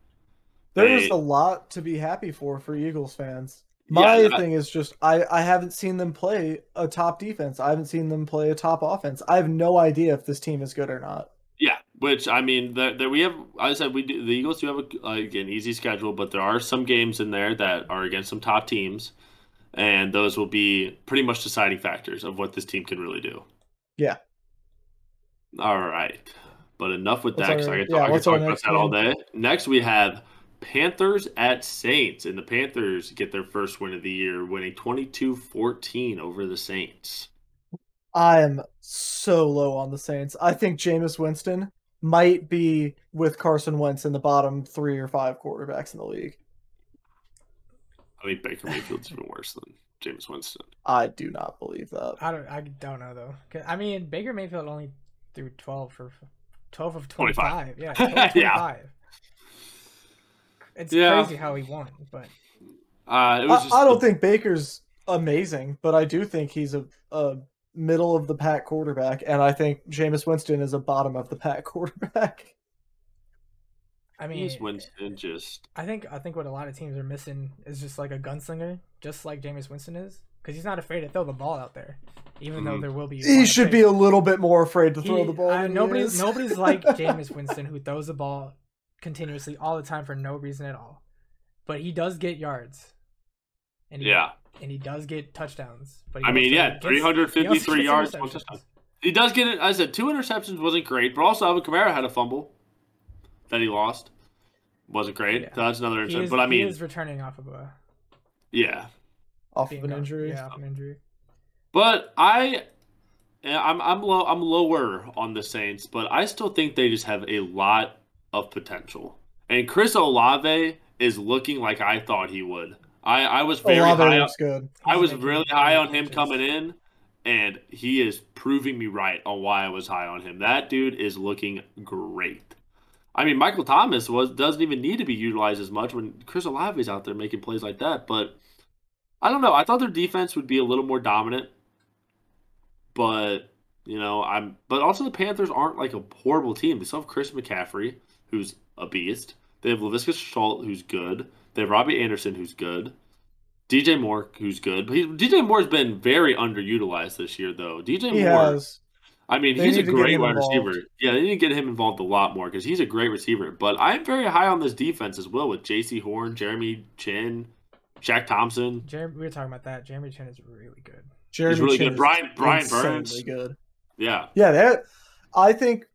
C: There
B: They-
C: is a lot to be happy for for Eagles fans.
B: Yeah,
C: My
B: and I-
C: thing is just I, I haven't seen them play a top defense. I haven't seen them play a top offense. I have no idea if this team is good or not.
B: Yeah, which I mean, that that we have. I said we do. The Eagles do have a, like an easy schedule, but there are some games in there that are against some top teams, and those will be pretty much deciding factors of what this team can really do.
C: Yeah.
B: All right, but enough with
C: What's
B: that.
C: our-
B: 'cause I could,
C: yeah,
B: talk, I could
C: what's our
B: talk about
C: next
B: that all day. Next, we have Panthers at Saints, and the Panthers get their first win of the year, winning 22-14 over the Saints.
C: I am so low on the Saints. I think Jameis Winston might be with Carson Wentz in the bottom three or five quarterbacks in the league.
B: I mean, Baker Mayfield's even worse than James Winston.
C: I do not believe that.
A: I don't. I don't know though. 'Cause, I mean, Baker Mayfield only threw twelve for twelve of
B: 25.
A: twenty-five. Yeah, 12 of
B: Yeah.
A: twenty-five. It's
B: Yeah.
A: crazy how he won, but
B: Uh, it
C: I,
B: was just
C: I
B: the-
C: don't think Baker's amazing, but I do think he's a, a middle of the pack quarterback, and I think Jameis Winston is a bottom of the pack quarterback.
A: I mean,
B: James Winston just
A: I think I think what a lot of teams are missing is just like a gunslinger, just like Jameis Winston is, because he's not afraid to throw the ball out there, even though
B: Mhm.
A: there will be. a lot
C: He
A: of
C: should
A: picks.
C: be a little bit more afraid to throw
A: He-
C: the ball.
A: I-
C: than he
A: nobody's
C: is.
A: nobody's like Jameis Winston who throws the ball continuously all the time for no reason at all, but he does get yards. And he,
B: yeah.
A: and he does get touchdowns. But he
B: I mean,
A: also
B: yeah,
A: gets-
B: three hundred
A: he also
B: fifty three
A: gets
B: yards, one
A: interceptions.
B: touchdown. He does get it. I said two interceptions wasn't great, but also Alvin Kamara had a fumble that he lost. Wasn't great.
A: Yeah.
B: So that's another
A: He
B: interception.
A: is,
B: But I
A: he
B: mean,
A: is returning off of a
B: yeah.
C: off
A: being
C: of an
A: gone.
C: injury.
A: Yeah, off an injury.
B: But I, yeah, I'm I'm low. I'm lower on the Saints, but I still think they just have a lot of potential. And Chris Olave is looking like I thought he would. I I was very
C: Olave
B: high.
C: looks good.
B: I
A: He's
B: was
A: making
B: really
A: great
B: high on him
A: catches.
B: coming in, and he is proving me right on why I was high on him. That dude is looking great. I mean, Michael Thomas was doesn't even need to be utilized as much when Chris Olave's out there making plays like that. But I don't know. I thought their defense would be a little more dominant, but you know, I'm. But also, the Panthers aren't like a horrible team. They still have Chris McCaffrey, who's a beast. They have Lavisca Schultz, who's good. They have Robbie Anderson, who's good. DJ Moore, who's good. But he, DJ Moore's been very underutilized this year, though. DJ
C: He
B: Moore,
C: has.
B: I mean,
C: They
B: he's a
C: need to get
B: great
C: him
B: wide
C: involved.
B: receiver. Yeah, they need to get him involved a lot more because he's a great receiver. But I'm very high on this defense as well with J.C. Horn, Jeremy Chin, Jack Thompson.
A: Jeremy, we were talking about that. Jeremy Chin is really good.
C: Jeremy
B: really
C: Chin
B: good.
C: is
B: Brian- Brian
C: insanely
B: Burns.
C: Good.
B: Yeah,
C: Yeah, that. I think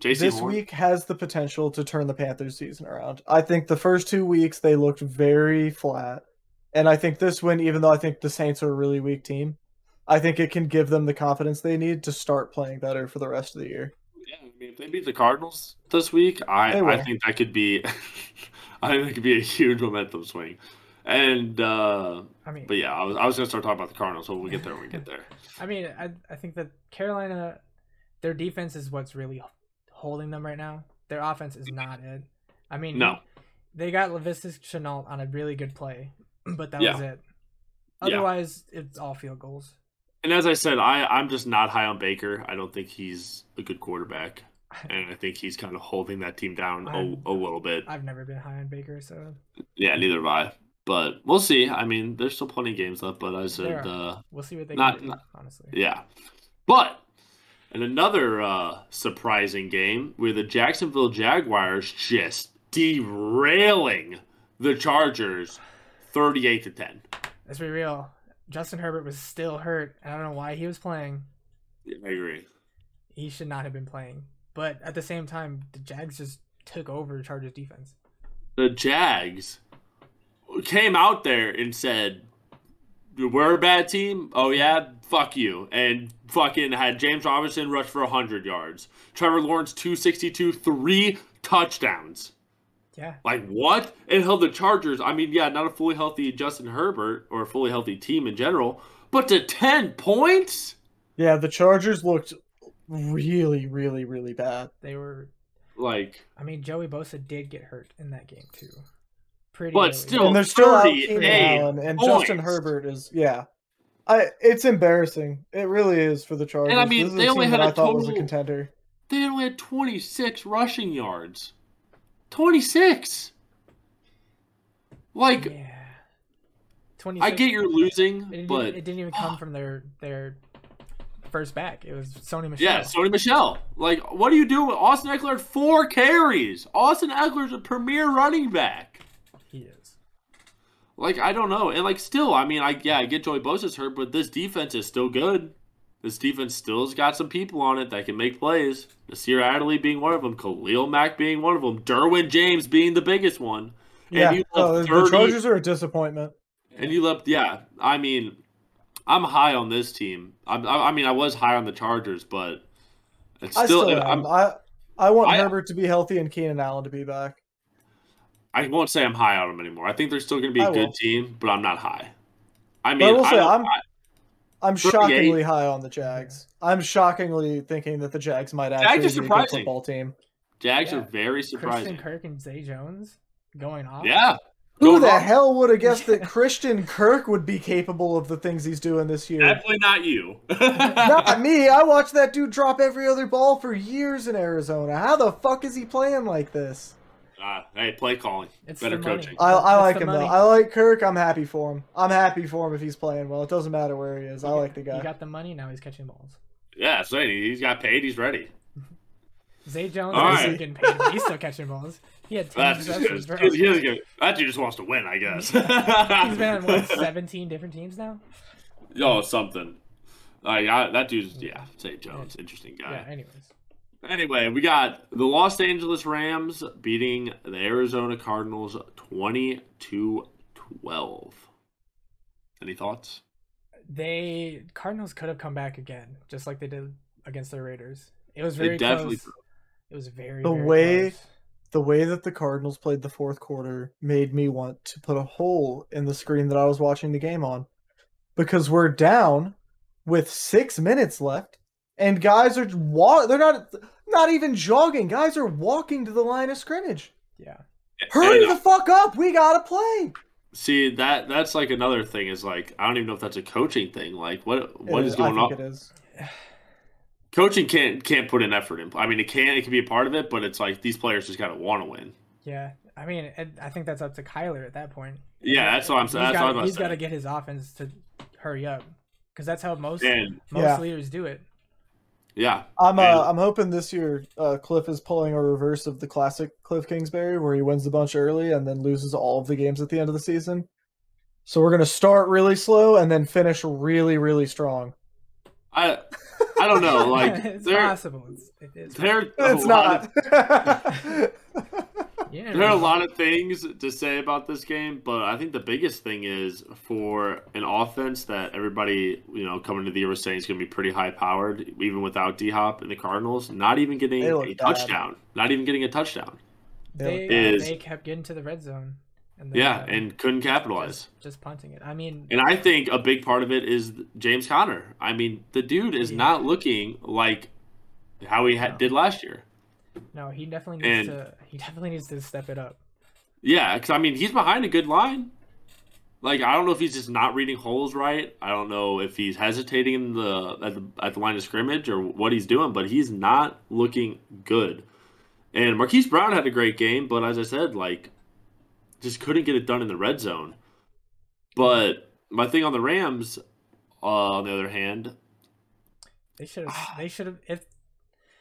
B: J.C.
C: this
B: Horn.
C: week has the potential to turn the Panthers season around. I think the first two weeks they looked very flat. And I think this win, even though I think the Saints are a really weak team, I think it can give them the confidence they need to start playing better for the rest of the year.
B: Yeah, I mean, if they beat the Cardinals this week, I,
C: They
B: I
C: will.
B: think that could be, I think that could be a huge momentum swing. And uh,
A: I mean,
B: but yeah, I was I was gonna start talking about the Cardinals, but we'll get there when we get there.
A: I mean, I, I think that Carolina, their defense is what's really holding them right now. Their offense is not it. I mean,
B: No.
A: they got Lavisca Chenault on a really good play, but that was it.
B: Yeah.
A: Otherwise, it's all field goals.
B: And as I said, I, I'm just not high on Baker. I don't think he's a good quarterback. And I think he's kind of holding that team down a,
A: I'm-
B: a little bit.
A: I've never been high on Baker, so
B: Yeah, neither have I. But we'll see. I mean, there's still plenty of games left, but I said,
A: There
B: uh,
A: we'll see what they
B: Not-
A: can do.
B: not-
A: honestly,
B: yeah. But in another uh, surprising game where the Jacksonville Jaguars just derailing the Chargers 38 to 10.
A: let's be real. Justin Herbert was still hurt, and I don't know why he was playing.
B: Yeah, I agree.
A: He should not have been playing. But at the same time, the Jags just took over Chargers defense.
B: the Jags came out there and said, we're a bad team. Oh yeah, fuck you. And fucking had James Robinson rush for hundred yards. Trevor Lawrence two sixty two, three touchdowns.
A: Yeah.
B: Like what? And held the Chargers. I mean, yeah, not a fully healthy Justin Herbert or a fully healthy team in general, but to ten points.
C: Yeah, the Chargers looked really, really, really bad.
A: They were.
B: Like,
A: I mean, Joey Bosa did get hurt in that game too. Pretty.
B: But
A: early.
B: still-
C: and they're still out
B: 38
C: Keenan and
B: Oh, points.
C: Justin Herbert is yeah. I it's embarrassing. It really is for the Chargers.
B: mean,
C: this is
B: they
C: a
B: only
C: team
B: had
C: that
B: a
C: I thought was a
B: total-
C: contender.
B: they only had twenty six rushing yards. Twenty six. Like,
A: Yeah. Twenty.
B: I get you're
A: It
B: losing,
A: didn't,
B: but
A: even, it didn't even come from their their first back. It was Sony Michelle.
B: Yeah, Sony Michelle. Like, what do you do with Austin Eckler had four carries? Austin Eckler's a premier running back.
A: he is.
B: Like, I don't know. And like still, I mean, I yeah, I get Joey Bosa's hurt, but this defense is still good. This defense still has got some people on it that can make plays. Nasir Adderley being one of them, Khalil Mack being one of them, Derwin James being the biggest one. And
C: Yeah,
B: you
C: no,
B: have
C: the- the
B: 30
C: Chargers are a disappointment.
B: And you left, yeah. I mean, I'm high on this team. I, I, I mean, I was high on the Chargers, but it's
C: I
B: still,
C: still
B: I'm,
C: am. I I want
B: I-
C: Herbert to be healthy and Keenan Allen to be back.
B: I won't say I'm high on them anymore. I think they're still going to be
C: I
B: a good
C: will.
B: team, but I'm not high. I
C: But I
B: mean,
C: will
B: I
C: say,
B: don't-
C: I'm-
B: I-
C: I'm
B: 38.
C: shockingly high on the Jags. I'm shockingly thinking that the Jags might
B: Jags
C: actually
B: are
C: be a good
B: surprising.
C: football team.
B: Jags
A: Yeah.
B: are very
A: Christian
B: surprising.
A: Kirk and Zay Jones going off.
B: Yeah,
C: Who
B: Going
C: the
B: off.
C: hell would have guessed that Christian Kirk would be capable of the things he's doing this year?
B: definitely not you.
C: Not me. I watched that dude drop every other ball for years in Arizona. How the fuck is he playing like this?
B: Ah, hey, play calling,
A: It's
B: better
A: the money.
B: coaching.
C: I, I
A: It's
C: like
A: the
C: him
A: money.
C: though. I like Kirk. I'm happy for him. I'm happy for him if he's playing well. It doesn't matter where he is. I like the
A: He
C: guy.
A: got the money. Now he's catching balls.
B: Yeah, so he- he's got paid. He's ready.
A: Zay Jones
B: All
A: is
B: right.
A: getting paid. but He's still catching balls. He had ten
B: That's just,
A: possessions. bro.
B: he doesn't give- that dude just wants to win, I guess.
A: He's been on what seventeen different teams now.
B: Yo, something. Like I, that dude's yeah, Say Jones, interesting guy.
A: Yeah. Anyways,
B: Anyway, we got the Los Angeles Rams beating the Arizona Cardinals 22 12. Any thoughts?
A: they Cardinals could have come back again, just like they did against the Raiders. It was
B: They
A: very
B: definitely
A: close. It was very
C: The
A: very
C: way-
A: close.
C: The way that the Cardinals played the fourth quarter made me want to put a hole in the screen that I was watching the game on, because we're down with six minutes left, and guys are wa- They're not not even jogging. Guys are walking to the line of scrimmage.
A: Yeah.
C: Hurry
B: And, uh,
C: the fuck up! We gotta play.
B: see, that that's like another thing is like, I don't even know if that's a coaching thing. Like, what what
C: It
B: is
C: I
B: going
C: think
B: on?
C: It is.
B: Coaching can't can't put an effort in. I mean, it can it can be a part of it, but it's like these players just gotta want to win.
A: Yeah, I mean, it- I think that's up to Kyler at that point.
B: Yeah, that's what I'm,
A: He's
B: that's what I'm
A: got
B: about
A: he's got to
B: to
A: get his offense to hurry up because that's how most
B: say. And
A: most
C: Yeah.
A: leaders do it.
B: yeah,
C: I'm uh,
B: And-
C: I'm hoping this year uh, Cliff is pulling a reverse of the classic Cliff Kingsbury, where he wins the bunch early and then loses all of the games at the end of the season. So we're gonna start really slow and then finish really really strong.
B: I I don't know. Oh, Like,
A: it's
B: there,
A: possible. It's, it is.
B: there are a
C: It's
B: lot of-
C: not.
A: yeah,
B: There are a lot of things to say about this game, but I think the biggest thing is for an offense that everybody, you know, coming into the year was saying is going to be pretty high powered, even without D Hop and the Cardinals, not even getting
C: They look
B: a
C: bad.
B: touchdown. Not even getting a touchdown.
A: They,
B: is-
A: they kept getting to the red zone. And then,
B: Yeah,
A: um,
B: and couldn't capitalize.
A: just, just punting it. I mean,
B: And I think a big part of it is James Conner. I mean, the dude is
A: Yeah.
B: not looking like how he ha-
A: No.
B: did last year.
A: no, he definitely needs
B: and-
A: to. He definitely needs to step it up.
B: Yeah, because I mean, he's behind a good line. Like I don't know if he's just not reading holes right. I don't know if he's hesitating in the at the at the line of scrimmage or what he's doing, but he's not looking good. And Marquise Brown had a great game, but as I said, like just couldn't get it done in the red zone. But my thing on the Rams, uh, on the other hand,
A: They should have. they should have. If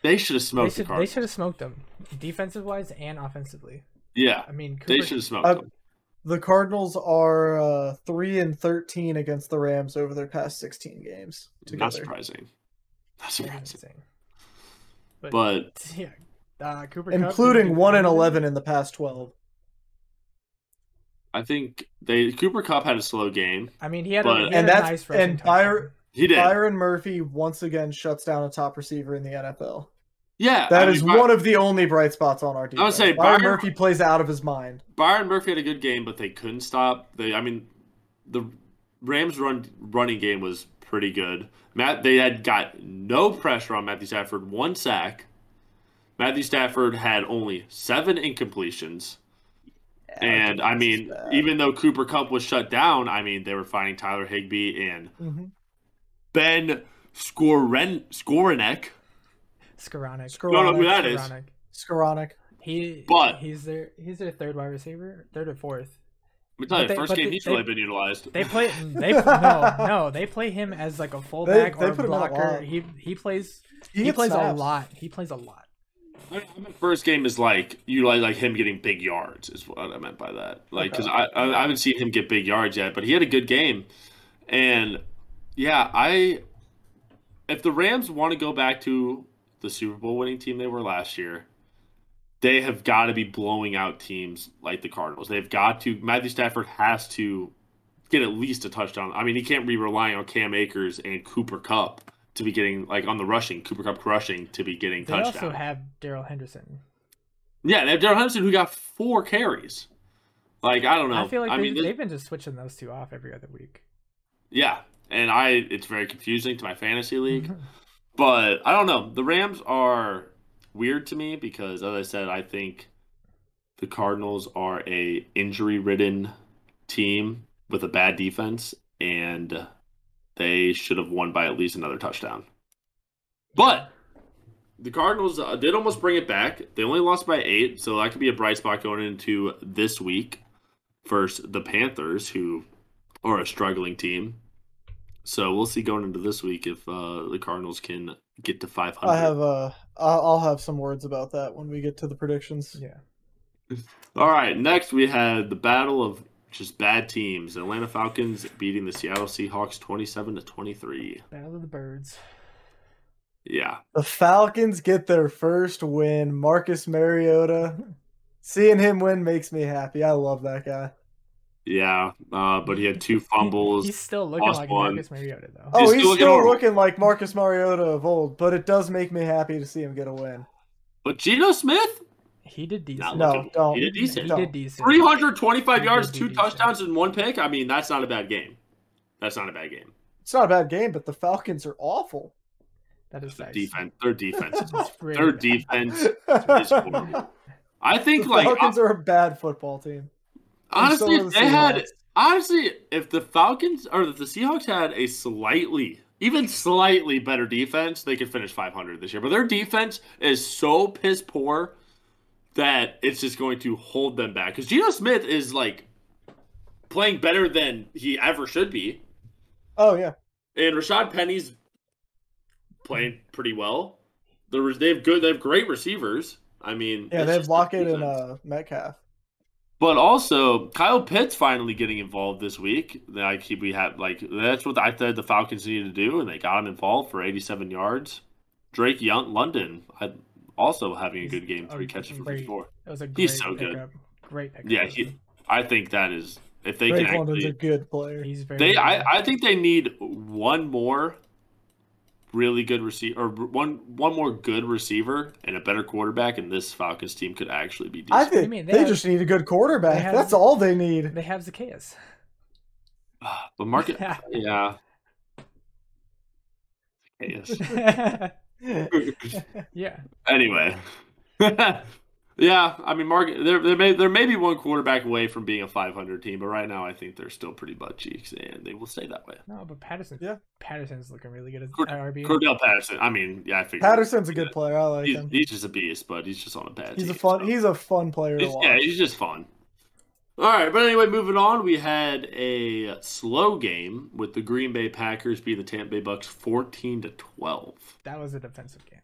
B: they should have
A: they
B: smoked
A: should,
B: the
A: they
B: Cardinals.
A: should have smoked them, defensive wise and offensively.
B: yeah,
A: I mean, Cooper,
B: they should have smoked
C: Uh,
B: them.
C: the Cardinals are uh, three and thirteen against the Rams over their past sixteen games
B: Not
C: together.
B: surprising. Not
A: That is
B: surprising.
A: insane. But,
B: But
A: yeah, uh, Cooper, Kupp,
C: Including
A: Ethan
C: one and
A: Pollard.
C: eleven in the past twelve.
B: I think they Cooper Cup had a slow game.
A: I mean, he had
B: But-
A: a,
B: And
A: he had a
C: that's-
A: nice rushing
C: and
A: touchdown.
C: Byron-
B: He did.
C: Byron Murphy once again shuts down a top receiver in the NFL.
B: yeah,
C: That
B: I
C: is
B: mean, By-
C: one of the only bright spots on our defense.
B: I would say
C: Byron
B: Byron-
C: Murphy plays out of his mind.
B: Byron Murphy had a good game, but they couldn't stop. They, I mean, the Rams' run running game was pretty good. Matt, they had got no pressure on Matthew Stafford, one sack. Matthew Stafford had only seven incompletions, and I mean, even though Cooper Cup was shut down, I mean, they were finding Tyler Higbee and
A: Mm-hmm.
C: Mhm.
B: Ben Skoren Skorinek.
A: Skoranek.
B: No, no, who
C: Skoranek,
B: that is?
A: Skoranek.
C: Skoranek.
A: He
B: But-
A: he's their he's their third wide receiver, third or fourth.
B: Let me tell
A: But
B: you,
A: they-
B: first
A: but
B: game
A: they-
B: he's
A: they-
B: really been utilized.
A: They play they no no they play him as like a fullback
C: they
A: or a
C: put him in a
A: blocker.
C: lot.
A: He he plays
C: He,
A: he,
C: gets
A: plays a
C: snaps.
A: lot. He plays a lot.
B: I I meant first game is like you like like him getting big yards is what I meant by that. Like because I, I I haven't seen him get big yards yet, but he had a good game, and yeah, I if the Rams want to go back to the Super Bowl winning team they were last year, they have got to be blowing out teams like the Cardinals. They've got to Matthew Stafford has to get at least a touchdown. I mean, he can't be relying on Cam Akers and Cooper Cup to be getting like on the rushing Cooper Cup rushing to be getting
A: They
B: touchdowns.
A: also have Daryl Henderson.
B: Yeah, they have Darrell Henderson who got four carries. Like I don't know.
A: I feel like
B: I
A: they,
B: mean,
A: they've been just switching those two off every other week.
B: yeah, and I it's very confusing to my fantasy league.
A: Mm-hmm.
B: But I don't know. The Rams are weird to me because, as I said, I think the Cardinals are a injury ridden team with a bad defense, and they should have won by at least another touchdown. But the Cardinals uh, did almost bring it back. They only lost by eight, so that could be a bright spot going into this week versus the Panthers, who are a struggling team. So we'll see going into this week if uh, the Cardinals can get to 500.
C: I have uh, I'll I'll have some words about that when we get to the predictions.
A: Yeah.
B: All right, next we had the battle of just bad teams. Atlanta Falcons beating the Seattle Seahawks 27 to 23.
A: Battle of the Birds.
B: Yeah.
C: The Falcons get their first win. Marcus Mariota. Seeing him win makes me happy. I love that guy.
B: Yeah, uh, but he had
A: He-
B: two fumbles.
A: he's still looking
B: lost
A: like
B: one.
A: Marcus Mariota though.
C: Oh,
B: He's
C: he's,
B: still
C: still,
B: looking horrible.
C: looking like Marcus Mariota of old, but it does make me happy to see him get a win.
B: But Geno Smith,
A: He did
B: Not
A: decent.
B: looking-
C: No, don't.
B: he did
A: he
B: decent.
C: no.
A: did decent.
B: 325
A: He
B: yards,
A: did
B: two
A: decent.
B: touchdowns, and one pick. I mean, that's not a bad game. That's not a bad game.
C: It's not a bad game, but the Falcons are awful.
A: That is nice.
B: Defense, their defense, is-
A: It's really
B: their
A: bad.
B: defense.
C: the
B: horrible. I think like
C: Falcons are a bad football team. And so
B: honestly,
C: are
B: if
C: the
B: they had
C: Seahawks.
B: Honestly, if the Falcons or if the Seahawks had a slightly, even slightly better defense, they could finish 500 this year. But their defense is so piss poor that it's just going to hold them back. Because Geno Smith is like playing better than he ever should be,
C: Oh yeah,
B: and Rashad Penny's playing pretty well. There was they have good, they have great receivers. I mean,
C: yeah.
B: it's
C: They have
B: just their
C: Lockett and
B: defense.
C: uh, Metcalf.
B: But also, Kyle Pitts finally getting involved this week. Like he, we had like that's what I said the Falcons needed to do, and they got him involved for 87 yards. Drake Young, London, I, also having a
A: He's-
B: good game,
A: oh,
B: three
A: he's
B: catches for
A: great.
B: 54.
A: That was a great
B: He's so good.
A: pickup. Great pickup.
B: Yeah,
A: by
B: he-
A: them.
B: I think that is if they
C: Drake
B: can
C: London's a
B: actually,
C: good player.
A: he's very.
B: they.
A: good.
B: I, I think they need one more really good receiver or one one more good receiver and a better quarterback, and this Falcons team could actually be
C: I
B: decent.
C: think
A: mean? They
C: they,
A: have-
C: just need a good quarterback.
A: they have-
C: That's all they need.
A: they have Zacchaeus.
B: Ah, but market, yeah. Yes.
A: yeah.
B: Anyway, yeah, I mean, Mark, there, there may there may be one quarterback away from being a 500 team, but right now I think they're still pretty butt cheeks, and they will stay that way.
A: No, but Patterson.
C: Yeah.
A: Patterson's looking really good as
B: Cord-
A: an RB.
B: Cordell Patterson, I mean, yeah, I figured
C: Patterson's a good player. I like
B: He's,
C: him.
B: he's just a beast, but he's just on a bad.
C: He's a
B: team,
C: fun.
B: so.
C: He's a fun player to
B: He's-
C: watch.
B: yeah, he's just fun. All right, but anyway, moving on, we had a slow game with the Green Bay Packers beating the Tampa Bay Bucks 14 to 12.
A: that was a defensive game.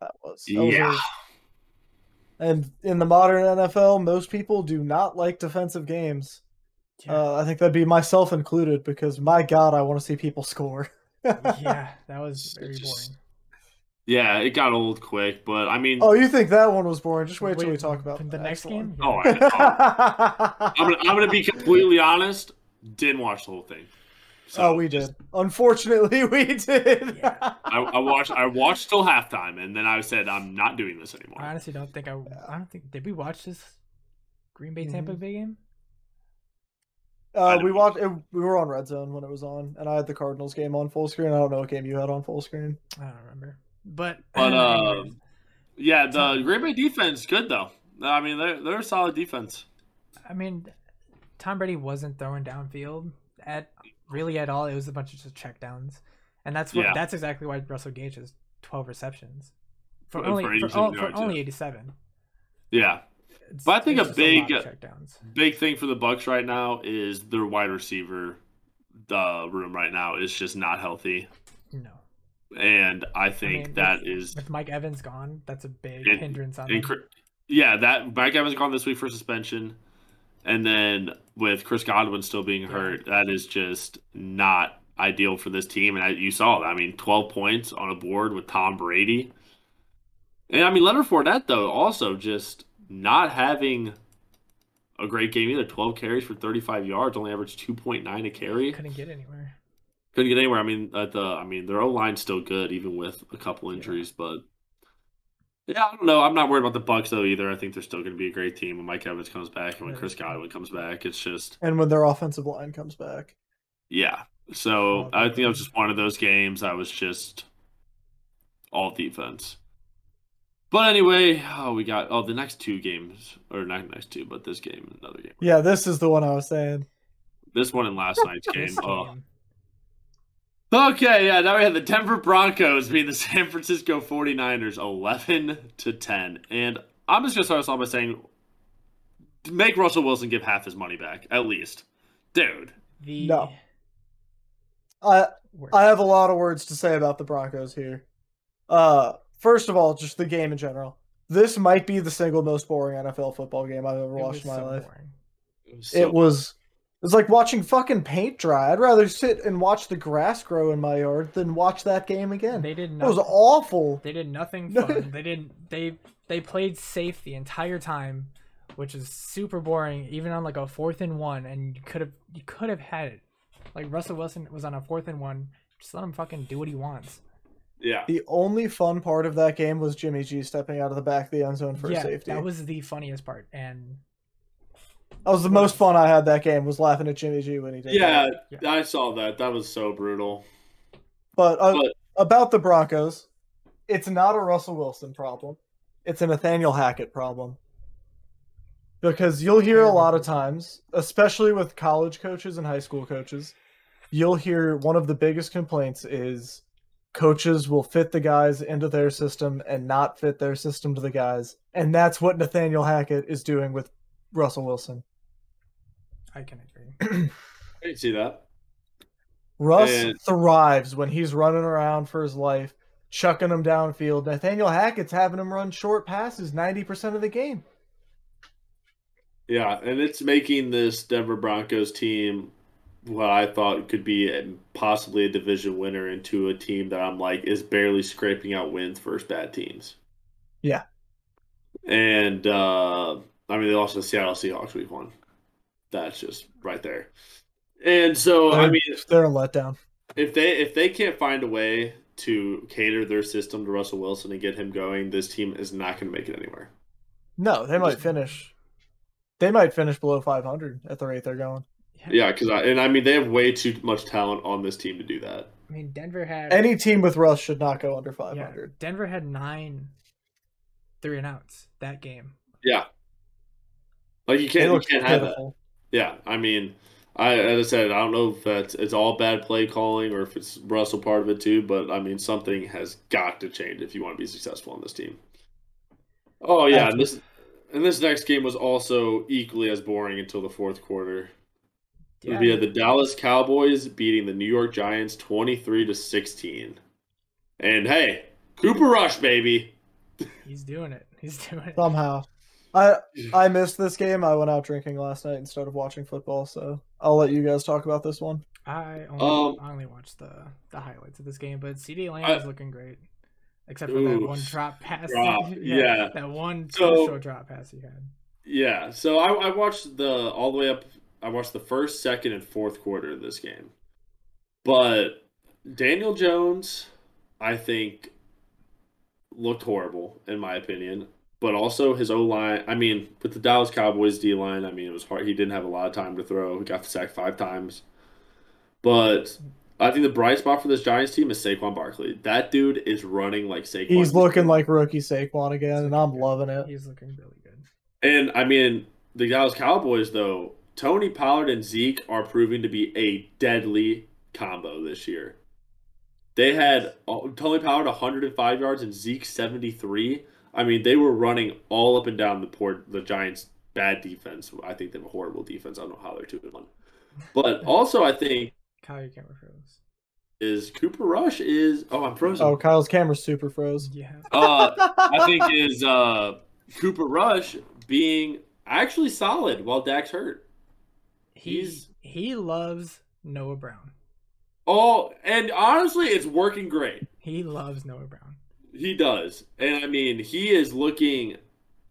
C: That was. that was
B: Yeah,
C: a- and in the modern NFL, most people do not like defensive games. Uh, I think that'd be myself included because my God, I want to see people score.
A: yeah, that was very
B: It's just-
A: boring.
B: Yeah, it got old quick, but I mean,
C: Oh, you think that one was boring? Just wait, till we talk about
A: the next game. Yeah.
B: oh,
C: one.
B: I know. I'm
C: oh,
B: gonna, I'm gonna be completely honest. Didn't watch the whole thing.
C: Oh, we did. Unfortunately, we did.
A: Yeah.
B: I, I watched. I watched till halftime, and then I said, "I'm not doing this anymore."
A: I honestly don't think I. I don't think did we watch this Green Bay Tampa
C: Mm-hmm.
A: Bay game?
B: I
C: Uh,
B: don't
C: we
B: know.
C: watched. It, we were on Red Zone when it was on, and I had the Cardinals game on full screen. I don't know what game you had on full screen.
A: I don't remember. But
B: But, uh,
A: anyways,
B: Yeah, the Green Bay defense good though. I mean, they're they're a solid defense.
A: I mean, Tom Brady wasn't throwing downfield at really at all. It was a bunch of just checkdowns, and that's what
B: Yeah.
A: that's exactly why Russell Gage has twelve receptions for
B: For-
A: only
B: for
A: for,
B: 87
A: oh, for
B: yards, yeah.
A: only eighty seven.
B: Yeah, But I think a big- uh,
A: checkdowns.
B: big thing for the Bucks right now is their wide receiver. The room right now is just not healthy,
A: No,
B: and I think
A: mean,
B: that is
A: with Mike Evans gone, that's a big
B: It-
A: hindrance on. them.
B: Incre- yeah, that Mike Evans gone this week for suspension, and then with Chris Godwin still being hurt, that is just not ideal for this team. And I, you saw, that. I mean, twelve points on a board with Tom Brady, and I mean Leonard Fournette though also just not having a great game either. Twelve carries for thirty-five yards, only averaged two point nine a carry.
A: Couldn't get anywhere.
B: Couldn't get anywhere. I mean, at the I mean, their O line's still good even with a couple injuries, but yeah, I don't know. I'm not worried about the Bucks though either. I think they're still going to be a great team when Mike Evans comes back and when
A: Yeah.
B: Chris Godwin comes back. It's just
C: And when their offensive line comes back,
B: yeah. So
A: Well,
B: I think it was just one of those games. I was just all defense. But anyway, oh, we got oh the next two games or not next two, but this game and another game.
C: yeah, this is the one I was saying.
B: This one and last night's game.
A: This
B: Oh.
A: game,
B: Okay, yeah, now we have the Denver Broncos being the San Francisco 49ers 11 to 10. And I'm just going to start us off by saying make Russell Wilson give half his money back, at least. Dude.
A: the
C: No. I
A: worst.
C: I have a lot of words to say about the Broncos here. Uh, first of all, just the game in general. This might be the single most boring NFL football game I've ever
A: It was
C: watched in my
A: so
C: life.
A: boring.
C: it was it was like watching fucking paint dry. I'd rather sit and watch the grass grow in my yard than watch that game again.
A: They did
C: It was
A: not.
C: awful.
A: They did nothing
C: No.
A: fun. they didn't. They they played safe the entire time, which is super boring. Even on like a fourth and one, and you could have you could have had it. Like Russell Wilson was on a fourth and one. Just let him fucking do what he wants.
B: yeah.
C: The only fun part of that game was Jimmy G stepping out of the back of the end zone for a
A: yeah,
C: safety.
A: that was the funniest part. And
C: that was the most fun I had that game was laughing at Jimmy G when he did. that.
B: Yeah,
A: Yeah.
B: I saw that. That was so brutal.
C: But, uh,
B: But-
C: about the Broncos, it's not a Russell Wilson problem. It's a Nathaniel Hackett problem. Because you'll hear a lot of times, especially with college coaches and high school coaches, you'll hear one of the biggest complaints is coaches will fit the guys into their system and not fit their system to the guys. And that's what Nathaniel Hackett is doing with Russell Wilson.
A: I can agree.
B: I didn't see that.
C: Russ
B: And-
C: thrives when he's running around for his life, chucking them downfield. Nathaniel Hackett's having him run short passes 90% of the game.
B: Yeah, and it's making this Denver Broncos team what I thought could be a- possibly a division winner into a team that I'm like is barely scraping out wins versus bad teams.
C: Yeah.
B: And uh I mean they lost to the Seattle Seahawks week one. That's just right there. And so I
C: They're-
B: mean
C: They're a letdown.
B: if they if they can't find a way to cater their system to Russell Wilson and get him going, this team is not gonna make it anywhere.
C: No, they might finish. They might finish below 500 at the rate they're going.
B: Yeah, because I and I mean they have way too much talent on this team to do that.
A: I mean, Denver had
C: Any team with Russ should not go under
A: yeah,
C: 500.
A: Denver had nine three and outs that game.
B: Like you
C: They
B: can't, you
C: looked
B: can't have that.
C: pitiful.
B: Yeah, I mean, I as I said, I don't know if that's it's all bad play calling or if it's Russell part of it too, but I mean, something has got to change if you want to be successful on this team. Oh yeah, and this and this next game was also equally as boring until the fourth quarter.
A: Yeah,
B: We had the Dallas Cowboys beating the New York Giants twenty-three to sixteen, and hey, Cooper Rush, baby.
A: he's doing it. He's doing it.
C: Somehow. I I missed this game. I went out drinking last night instead of watching football, so I'll let you guys talk about this one.
A: I only,
B: Um,
A: I only watched the the highlights of this game, but CD Lamb
B: I-
A: is looking great. except for that
B: Ooh,
A: one drop pass.
B: drop, yeah.
A: that one
B: So-
A: crucial drop pass he had.
B: Yeah, so I, I watched the all the way up. I watched the first, second, and fourth quarter of this game. But Daniel Jones, I think, looked horrible in my opinion. But also his O line. I mean, with the Dallas Cowboys D line, I mean, it was hard. He didn't have a lot of time to throw. He got sacked five times. But I think the bright spot for this Giants team is Saquon Barkley. That dude is running like Saquon.
C: He's looking like rookie Saquon again, and I'm loving it.
A: He's looking really good.
B: And I mean, the Dallas Cowboys though, Tony Pollard and Zeke are proving to be a deadly combo this year. They had oh, Tony Pollard 105 yards and Zeke 73. I mean, they were running all up and down the port the Giants bad defense. I think they have a horrible defense. I don't know how they're 2 and 1. But also I think
A: Kyle, you can't refer this.
B: is Cooper Rush is oh, I'm frozen.
C: Oh, Kyle's camera super froze.
A: Yeah.
B: Uh, I think is uh, Cooper Rush being actually solid while Dak's hurt.
A: He's
B: He's-
A: he loves Noah Brown.
B: Oh, and honestly, it's working great.
A: He loves Noah Brown.
B: He does. And I mean, he is looking.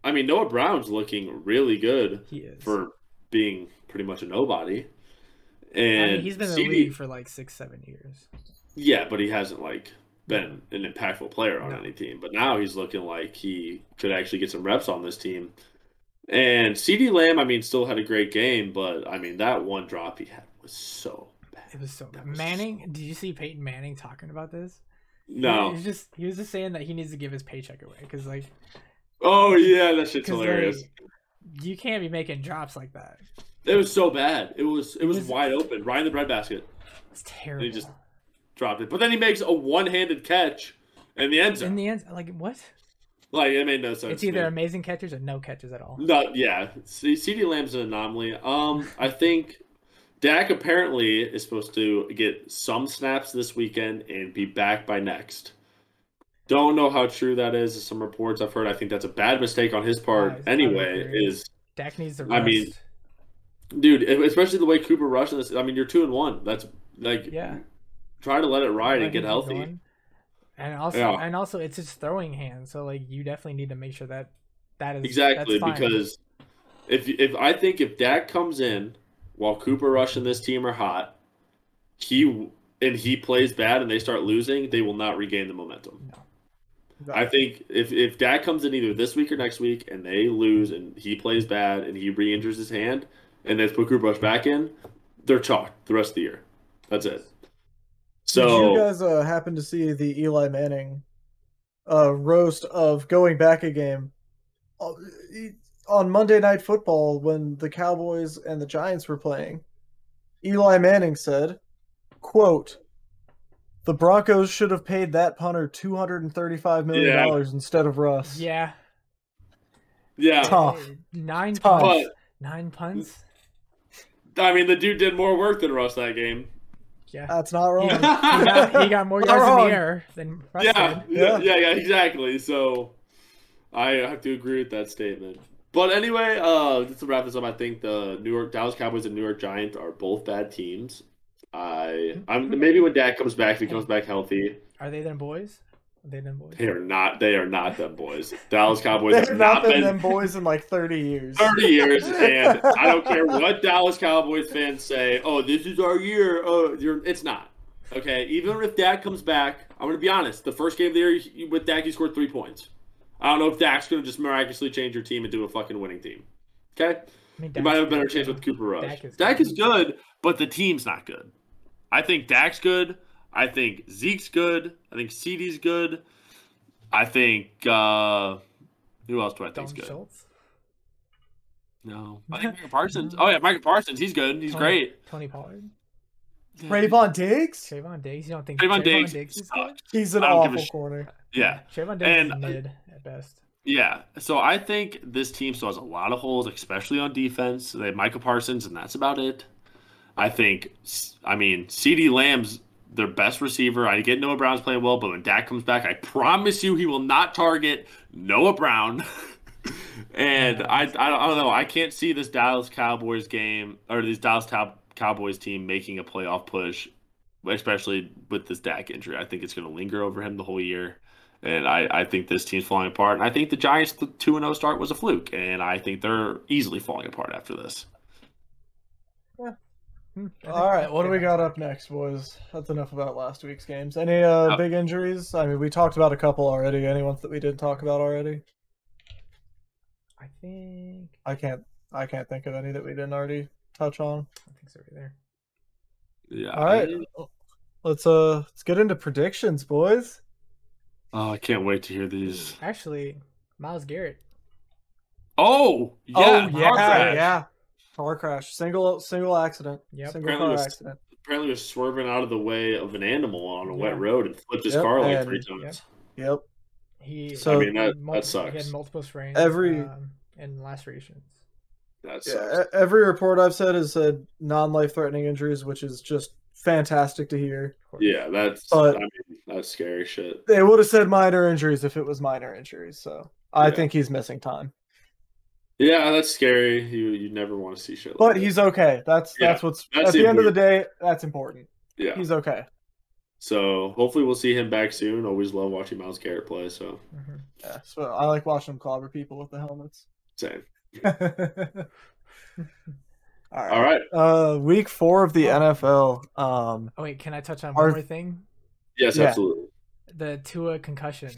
B: I mean, Noah Brown's looking really good
A: He is.
B: for being pretty much a nobody.
A: I
B: And
A: mean, he's been in the
B: CD
A: league for like six, seven years.
B: Yeah, but he hasn't like been an impactful player on
A: No.
B: any team. But now he's looking like he could actually get some reps on this team. And CD Lamb, I mean, still had a great game, but I mean, that one drop he had was so
A: It
B: bad.
A: was so
B: That was
A: Manning. Did you see Peyton Manning talking about this? he,
B: No.
A: was just he was just saying that he needs to give his paycheck away because like
B: Oh yeah, that shit's
A: 'cause, like,
B: hilarious.
A: you can't be making drops like that.
B: It was so bad. It was it was
A: Is-
B: wide open. Right in the breadbasket
A: It's terrible.
B: just- dropped it, but then he makes a one-handed catch in the end zone.
A: in the end, like what?
B: like it made no sense.
A: it's
B: to
A: either
B: me.
A: amazing catches or no catches at all.
B: No, yeah. C- CD Lamb's an anomaly. Um, I think Dak apparently is supposed to get some snaps this weekend and be back by next. Don't know how true that is. as Some reports I've heard. I think that's a bad mistake on his part.
A: I- I would
B: anyway,
A: agree.
B: is
A: Dak needs the rest.
B: I mean, dude, especially the way Cooper Rush. and This, I mean, you're two and one. That's like
A: yeah,
B: try to let it ride
A: let
B: and get
A: him
B: healthy.
A: going. And also,
B: Yeah.
A: and also, it's his throwing hand. So like, you definitely need to make sure that that is
B: Exactly,
A: that's fine.
B: because if if I think if Dak comes in while Cooper Rush and this team are hot, he and he plays bad and they start losing, they will not regain the momentum.
A: No.
B: I think if if Dak comes in either this week or next week and they lose and he plays bad and he re-injures his hand and they put Cooper Rush back in, they're chalked the rest of the year. That's it.
C: Did you
B: So
C: guys uh, happen to see the Eli Manning uh, roast of going back a game Uh, he- on Monday Night Football when the Cowboys and the Giants were playing? Eli Manning said, "Quote." The Broncos should have paid that punter two hundred and thirty-five million dollars instead of Russ.
A: yeah,
B: yeah,
C: Tough.
A: nine
C: Tough.
A: punts,
B: but
A: nine punts.
B: I mean the dude did more work than Russ that game.
A: Yeah,
C: That's not wrong.
A: he got, he got more
C: Not
A: yards in
C: Uh, wrong.
A: the air than Russ
B: yeah,
A: did.
B: yeah,
C: Yeah.
B: yeah, yeah, exactly. So I have to agree with that statement. But anyway, uh, just to wrap this up, I think the New York Dallas Cowboys and New York Giants are both bad teams. I, I'm maybe when Dak comes back, if he comes back healthy,
A: Are they them boys? Are they them boys?
B: they are not. They are not them boys. Dallas Cowboys
C: They
B: have not been
C: them boys in like thirty years.
B: thirty years, and I don't care what Dallas Cowboys fans say. Oh, this is our year. Oh, you're, it's not. Okay, even if Dak comes back, I'm gonna be honest. The first game of the year he- with Dak, he scored three points. I don't know if Dak's gonna just miraculously change your team into a fucking winning team. Okay,
A: I mean,
B: you might
A: Dak's
B: have a better
A: good,
B: chance
A: though.
B: with Cooper Rush.
A: Dak
B: Dak
A: is
B: is, good, but the team's not good. I think Dak's good. I think Zeke's good. I think CD's good. I think uh who else do I think's
A: Dalton
B: good?
A: Schultz,
B: No, I think Michael Parsons. Oh yeah, Michael Parsons. He's good. He's
A: Tony-
B: great.
A: Tony Pollard,
C: Trayvon Diggs,
A: Trayvon Diggs. You don't think
B: Trayvon Diggs.
A: is good?
B: sucks.
C: he's an
B: I don't give a
C: awful
B: sh-
C: corner.
B: Yeah,
A: Trayvon Diggs
B: And-
A: is mid at best.
B: yeah. So I think this team still has a lot of holes, especially on defense. They have Michael Parsons, and that's about it. I think. I mean, C.D. Lamb's their best receiver. I get Noah Brown's playing well, but when Dak comes back, I promise you he will not target Noah Brown. and I, I, don't- I don't know. I can't see this Dallas Cowboys game or this Dallas Cow- Cowboys team making a playoff push especially with this Dak injury. I think it's going to linger over him the whole year, And I, I think this team's falling apart. And I think the Giants' 2 0 start was a fluke. And I think they're easily falling apart after this.
A: Hmm, I think-
C: All right, what do we
A: yeah.
C: got up next, boys? That's enough about last week's games. Any uh,
B: Uh,
C: big injuries? I mean, we talked about a couple already. Any ones that we didn't talk about already?
A: I think
C: I can't. I can't think of any that we didn't already touch on.
A: I think so right there.
B: Yeah.
C: All right, let's uh, let's get into predictions, boys.
B: Oh, I can't wait to hear these.
A: Actually, Miles Garrett.
B: Oh, yeah.
C: oh
B: car
C: yeah,
B: crash.
C: yeah. Car crash, single single accident.
A: Yep.
C: Single
B: Apparently it was-
C: car accident.
B: Apparently, was swerving out of the way of an animal on a
A: Yeah.
B: wet road and flipped his
C: Yep,
B: car like
C: and-
B: three times.
C: Yep.
A: He
C: So- I
B: mean, that- that
A: multi- He
B: sucks.
A: had multiple sprains.
C: Every-
A: um, and lacerations.
B: That sucks.
C: Yeah, e- every report I've said has said non-life threatening injuries, which is just fantastic to hear.
A: Of course.
B: Yeah, that's
C: But-
B: I mean, that's scary shit.
C: They would have said minor injuries if it was minor injuries. So I
B: Yeah.
C: think he's missing time,
B: Yeah, that's scary. You you never want to see shit. Like
C: but
B: that.
C: he's okay. That's
B: Yeah,
C: that's what's
B: that's
C: at the end of the day. That's important.
B: yeah.
C: He's okay.
B: So hopefully we'll see him back soon. Always love watching Miles Garrett play. So
A: Mhm.
C: Yeah, so I like watching him clobber people with the helmets.
B: same.
C: All right.
B: All right.
C: Uh, week four of the NFL. Um,
A: Oh wait, can I touch on
C: Are-
A: one more thing?
B: Yes,
C: Yeah.
B: absolutely.
A: The Tua concussion.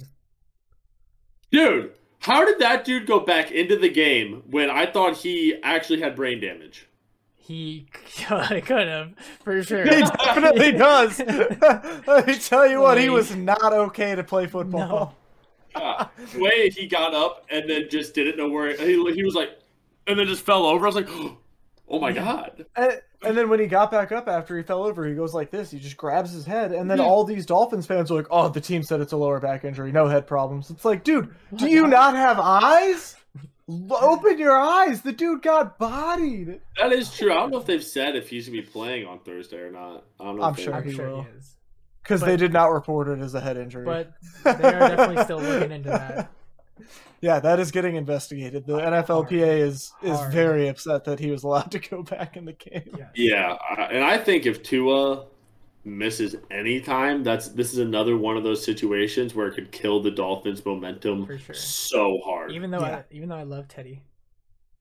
B: Dude, how did that dude go back into the game when I thought he actually had brain damage?
A: He could have for sure.
C: he definitely does. Let me tell you what, he
A: Like-
C: was not okay to play football.
B: Yeah. The way he got up and then just didn't know where he, he was like, and then just fell over. I was like, oh my god.
C: And, and then when he got back up after he fell over, he goes like this. He just grabs his head, and then
B: Yeah.
C: all these Dolphins fans are like, "Oh, the team said it's a lower back injury, no head problems." It's like, dude, do
A: What?
C: you not have eyes? L- Open your eyes. The dude got bodied.
B: That is true. I don't know if they've said if he's gonna be playing on Thursday or not. I don't know.
C: I'm
B: if they-
C: sure.
A: I'm
C: he
A: sure
C: will.
A: he is.
C: Because they
A: But-
C: did not report it as a head injury.
A: But they are definitely still looking into that.
C: Yeah, that is getting investigated. The NFLPA is is
A: Hard.
C: very upset that he was allowed to go back in the game.
A: Yes.
B: Yeah, I, and I think if Tua misses any time, that's this is another one of those situations where it could kill the Dolphins' momentum
A: For sure.
B: so hard.
A: Even though
C: Yeah.
A: I even though I love Teddy.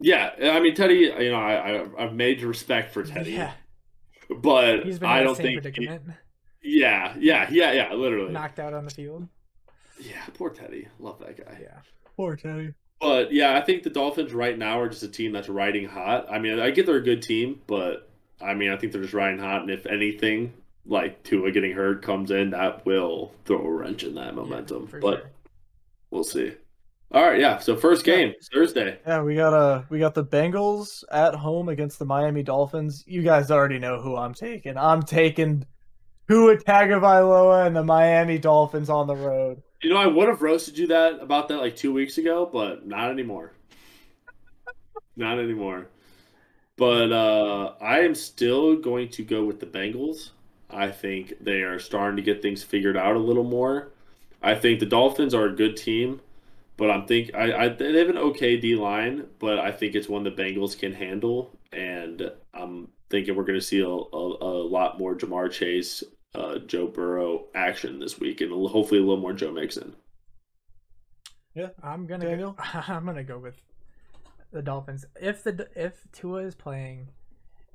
B: yeah, I mean Teddy, you know, I, I I've made respect for Teddy,
A: Yeah.
B: but
A: He's been in
B: I
A: the
B: don't
A: same
B: think. he-
A: predicament.
B: yeah, yeah, yeah, yeah, literally.
A: Knocked out on the field.
B: Yeah, poor Teddy. Love that guy.
A: Yeah.
C: Poor Teddy.
B: But yeah, I think the Dolphins right now are just a team that's riding hot. I mean, I get they're a good team, but I mean, I think they're just riding hot. And if anything, like Tua getting hurt comes in, that will throw a wrench in that momentum.
A: for
B: but
A: sure.
B: we'll see. All right, yeah. So first
C: Yeah.
B: game Thursday.
C: Yeah, we got uh we got the Bengals at home against the Miami Dolphins. You guys already know who I'm taking. I'm taking Tua Tagovailoa and the Miami Dolphins on the road.
B: You know, I would have roasted you that about that like two weeks ago, but not anymore. not anymore. But uh, I am still going to go with the Bengals. I think they are starting to get things figured out a little more. I think the Dolphins are a good team, but I'm think I, I they have an okay D line, but I think it's one the Bengals can handle, and I'm thinking we're going to see a, a, a lot more Jamar Chase, uh, Joe Burrow action this week, and hopefully a little more Joe Mixon.
A: I'm gonna
C: Daniel?
A: Go, I'm gonna go with the Dolphins. If the if Tua is playing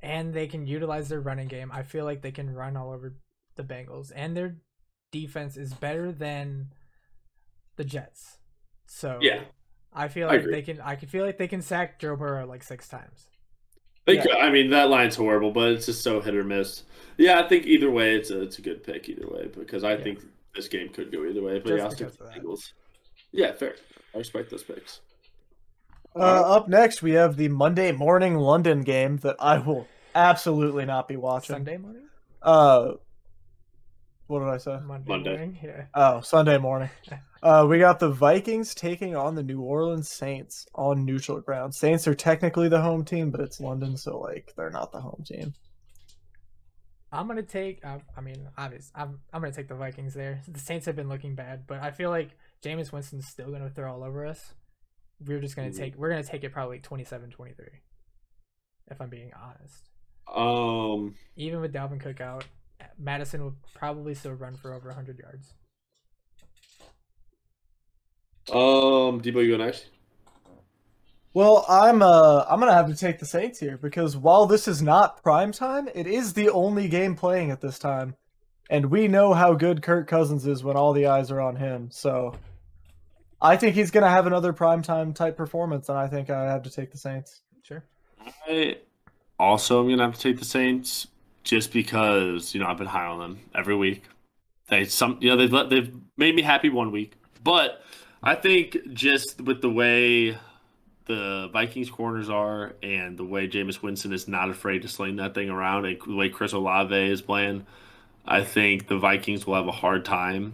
A: and they can utilize their running game, I feel like they can run all over the Bengals, and their defense is better than the Jets. So
B: Yeah.
A: I feel
B: I
A: like
B: agree.
A: they can. I can feel like they can sack Joe Burrow like six times.
B: They
C: Yeah.
B: could, I mean, that line's horrible, but it's just so hit or miss. Yeah, I think either way, it's a, it's a good pick either way because I
A: Yeah.
B: think this game could go either way. But
A: Just
B: yeah, I'll stick
A: because
B: with the
A: of that.
B: Bengals. Yeah, fair. I respect those picks.
C: Uh, up next we have the Monday morning London game that I will absolutely not be watching.
A: Sunday morning,
C: Uh what did I say?
A: Monday,
B: Monday.
A: morning, yeah.
C: Oh, Sunday morning. Uh, we got the Vikings taking on the New Orleans Saints on neutral ground. Saints are technically the home team, but it's London, so like they're not the home team.
A: I'm gonna take. Um, I mean, obvious. I'm. I'm gonna take the Vikings there. The Saints have been looking bad, but I feel like Jameis Winston's still gonna throw all over us. We're just gonna
B: Mhm.
A: take. We're gonna take it probably 27-23. If I'm being honest,
B: Um,
A: even with Dalvin Cook out, Madison will probably still run for over 100 yards.
B: Um, Debo, you go next.
C: Well, I'm uh I'm gonna have to take the Saints here because while this is not prime time, it is the only game playing at this time, and we know how good Kirk Cousins is when all the eyes are on him. So, I think he's gonna have another prime time type performance, and I think I have to take the Saints.
A: Sure.
B: I also am gonna have to take the Saints just because you know I've been high on them every week. They some you know they've let, they've made me happy one week, but I think just with the way the Vikings corners are and the way Jameis Winston is not afraid to sling that thing around and the way Chris Olave is playing, I think the Vikings will have a hard time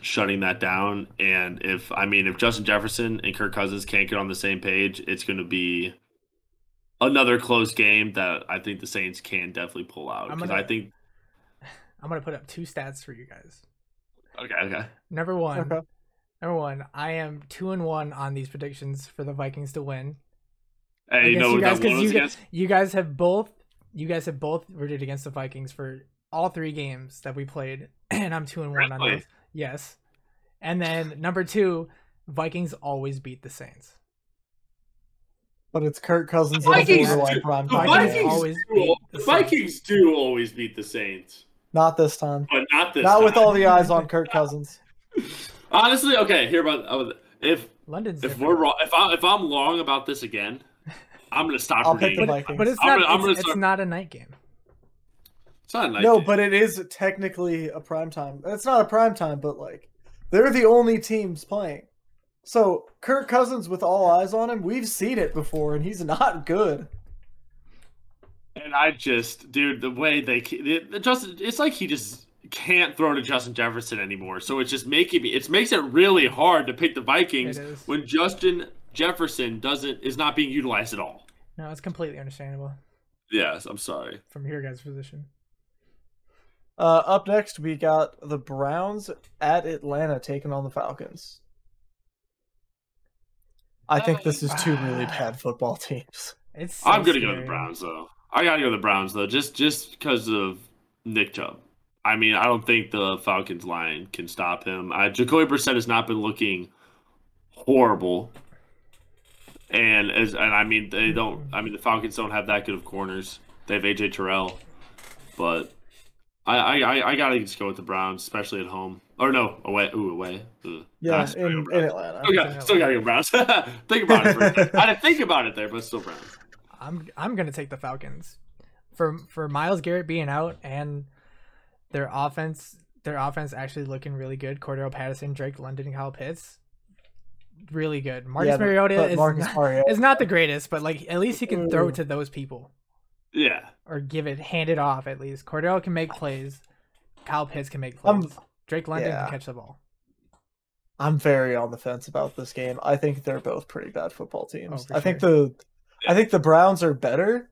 B: shutting that down. And if I mean if Justin Jefferson and Kirk Cousins can't get on the same page, it's going to be another close game that I think the Saints can definitely pull out
A: I'm
B: because
A: gonna-
B: I think
A: I'm gonna put up two stats for you guys.
B: okay okay
A: Number one,
C: Okay.
A: number one, I am two and one on these predictions for the Vikings to win.
B: hey you
A: against
B: know what that
A: guys, 'cause
B: one was
A: you, gu-
B: against
A: you guys have both you guys have both rooted against the Vikings for all three games that we played, and I'm two and one on
B: Really?
A: those. Yes. And then number two, Vikings always beat the Saints.
C: But it's Kirk Cousins.
B: The
C: in a
A: Vikings-
C: borderline prime
B: the
C: time
A: Vikings
C: game.
B: Vikings
A: always
B: do,
A: beat the
B: the Vikings do always beat the Saints
C: Not this time.
B: but not this
C: not with
B: time.
C: all the eyes on Kirk Cousins.
B: honestly okay here about uh, if
A: London's
B: if
A: different.
B: we're wrong if I if I'm wrong about this again I'm gonna stop
C: I'll pick
B: reading
C: the
A: but,
C: Vikings.
A: but it's
B: I'm
A: not
B: gonna- I'm gonna
A: it's, it's
B: start-
A: not a night game.
B: it's not like
C: no, but it is technically a prime time. It's not a prime time, but like they're the only teams playing. So Kirk Cousins with all eyes on him, we've seen it before, and he's not good.
B: And I just, dude, the way they ke- the, the Justin, it's like he just can't throw to Justin Jefferson anymore. So it's just making me, it makes it really hard to pick the Vikings
A: It is.
B: when Justin Jefferson doesn't is not being utilized at all.
A: No, it's completely understandable
B: Yes, I'm sorry.
A: from your guys' position.
C: Uh, up next, we got the Browns at Atlanta taking on the Falcons. I think this is two really bad football teams.
A: It's
B: I'm
A: so
B: gonna go to the
A: scary.
B: Browns though. I gotta go to the Browns though, just just because of Nick Chubb. I mean, I don't think the Falcons line can stop him. Uh, Jacoby Brissett has not been looking horrible, and as and I mean they don't. I mean the Falcons don't have that good of corners. They have AJ Terrell, but I I, I, I gotta just go with the Browns, especially at home. Or no, away. Ooh, away. Ugh. Nah,
C: Yeah,
B: still
C: in,
B: go
C: in
B: Browns.
C: Atlanta.
B: Still got- still gotta go Browns. think about it. For a second. I didn't think about it there, but still Browns.
A: I'm I'm gonna take the Falcons for for Miles Garrett being out and their offense their offense actually looking really good. Cordell Patterson, Drake London, Kyle Pitts, really good. Marcus
C: Yeah, but-
A: Mariota
C: but
A: is
C: Marcus Mm.
A: not,
C: Mariota-
A: is not the greatest, but like at least he can throw
C: Ooh.
A: to those people
B: Yeah.
A: or give it hand it off at least. Cordell can make plays. Kyle Pitts can make
C: I'm-
A: plays. Drake London
C: Um, yeah.
A: can catch the ball.
C: I'm very on the fence about this game. I think they're both pretty bad football teams.
A: Oh, for
C: I think the I think the Browns are better.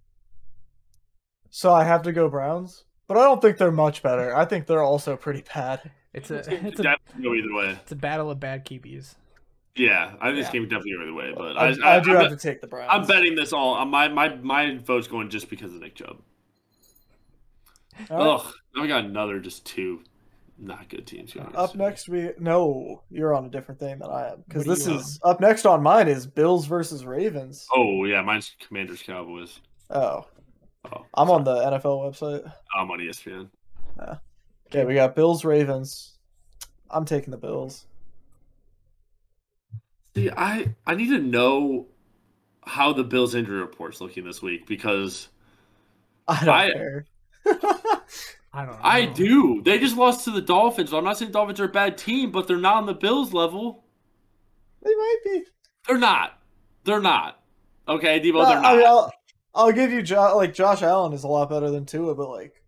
C: So I have to go Browns, but I don't think they're much better. I think they're also pretty bad.
A: It's a
B: This game
A: it's
B: could
A: a
B: definitely go either way.
A: it's a battle of bad keepies.
B: Yeah, I think this
C: Yeah.
B: game could definitely go either way. But
C: I,
B: I,
C: I do
B: am
C: have to take the Browns.
B: I'm betting this all. uh, My my my vote's going just because of Nick Chubb.
C: All right.
B: Ugh, now we got another just two not good teams. to be honest.
C: Up next, we no, you're on a different thing than I am because
A: What do you
C: this is up next on mine is Bills versus Ravens.
B: Oh yeah, mine's Commanders Cowboys.
C: Oh,
B: Oh,
C: I'm on the NFL website.
B: I'm on E ESPN.
C: Okay, we got Bills Ravens. I'm taking the Bills.
B: See, I I need to know how the Bills injury report's looking this week because
C: I don't
B: I-
C: care.
A: I don't know.
B: I do. They just lost to the Dolphins. I'm not saying Dolphins are a bad team, but they're not on the Bills level.
C: they might be.
B: They're not. They're not. Okay, Debo,
C: Uh,
B: they're
C: I
B: not.
C: mean, I'll, I'll give you jo- like Josh Allen is a lot better than Tua, but like,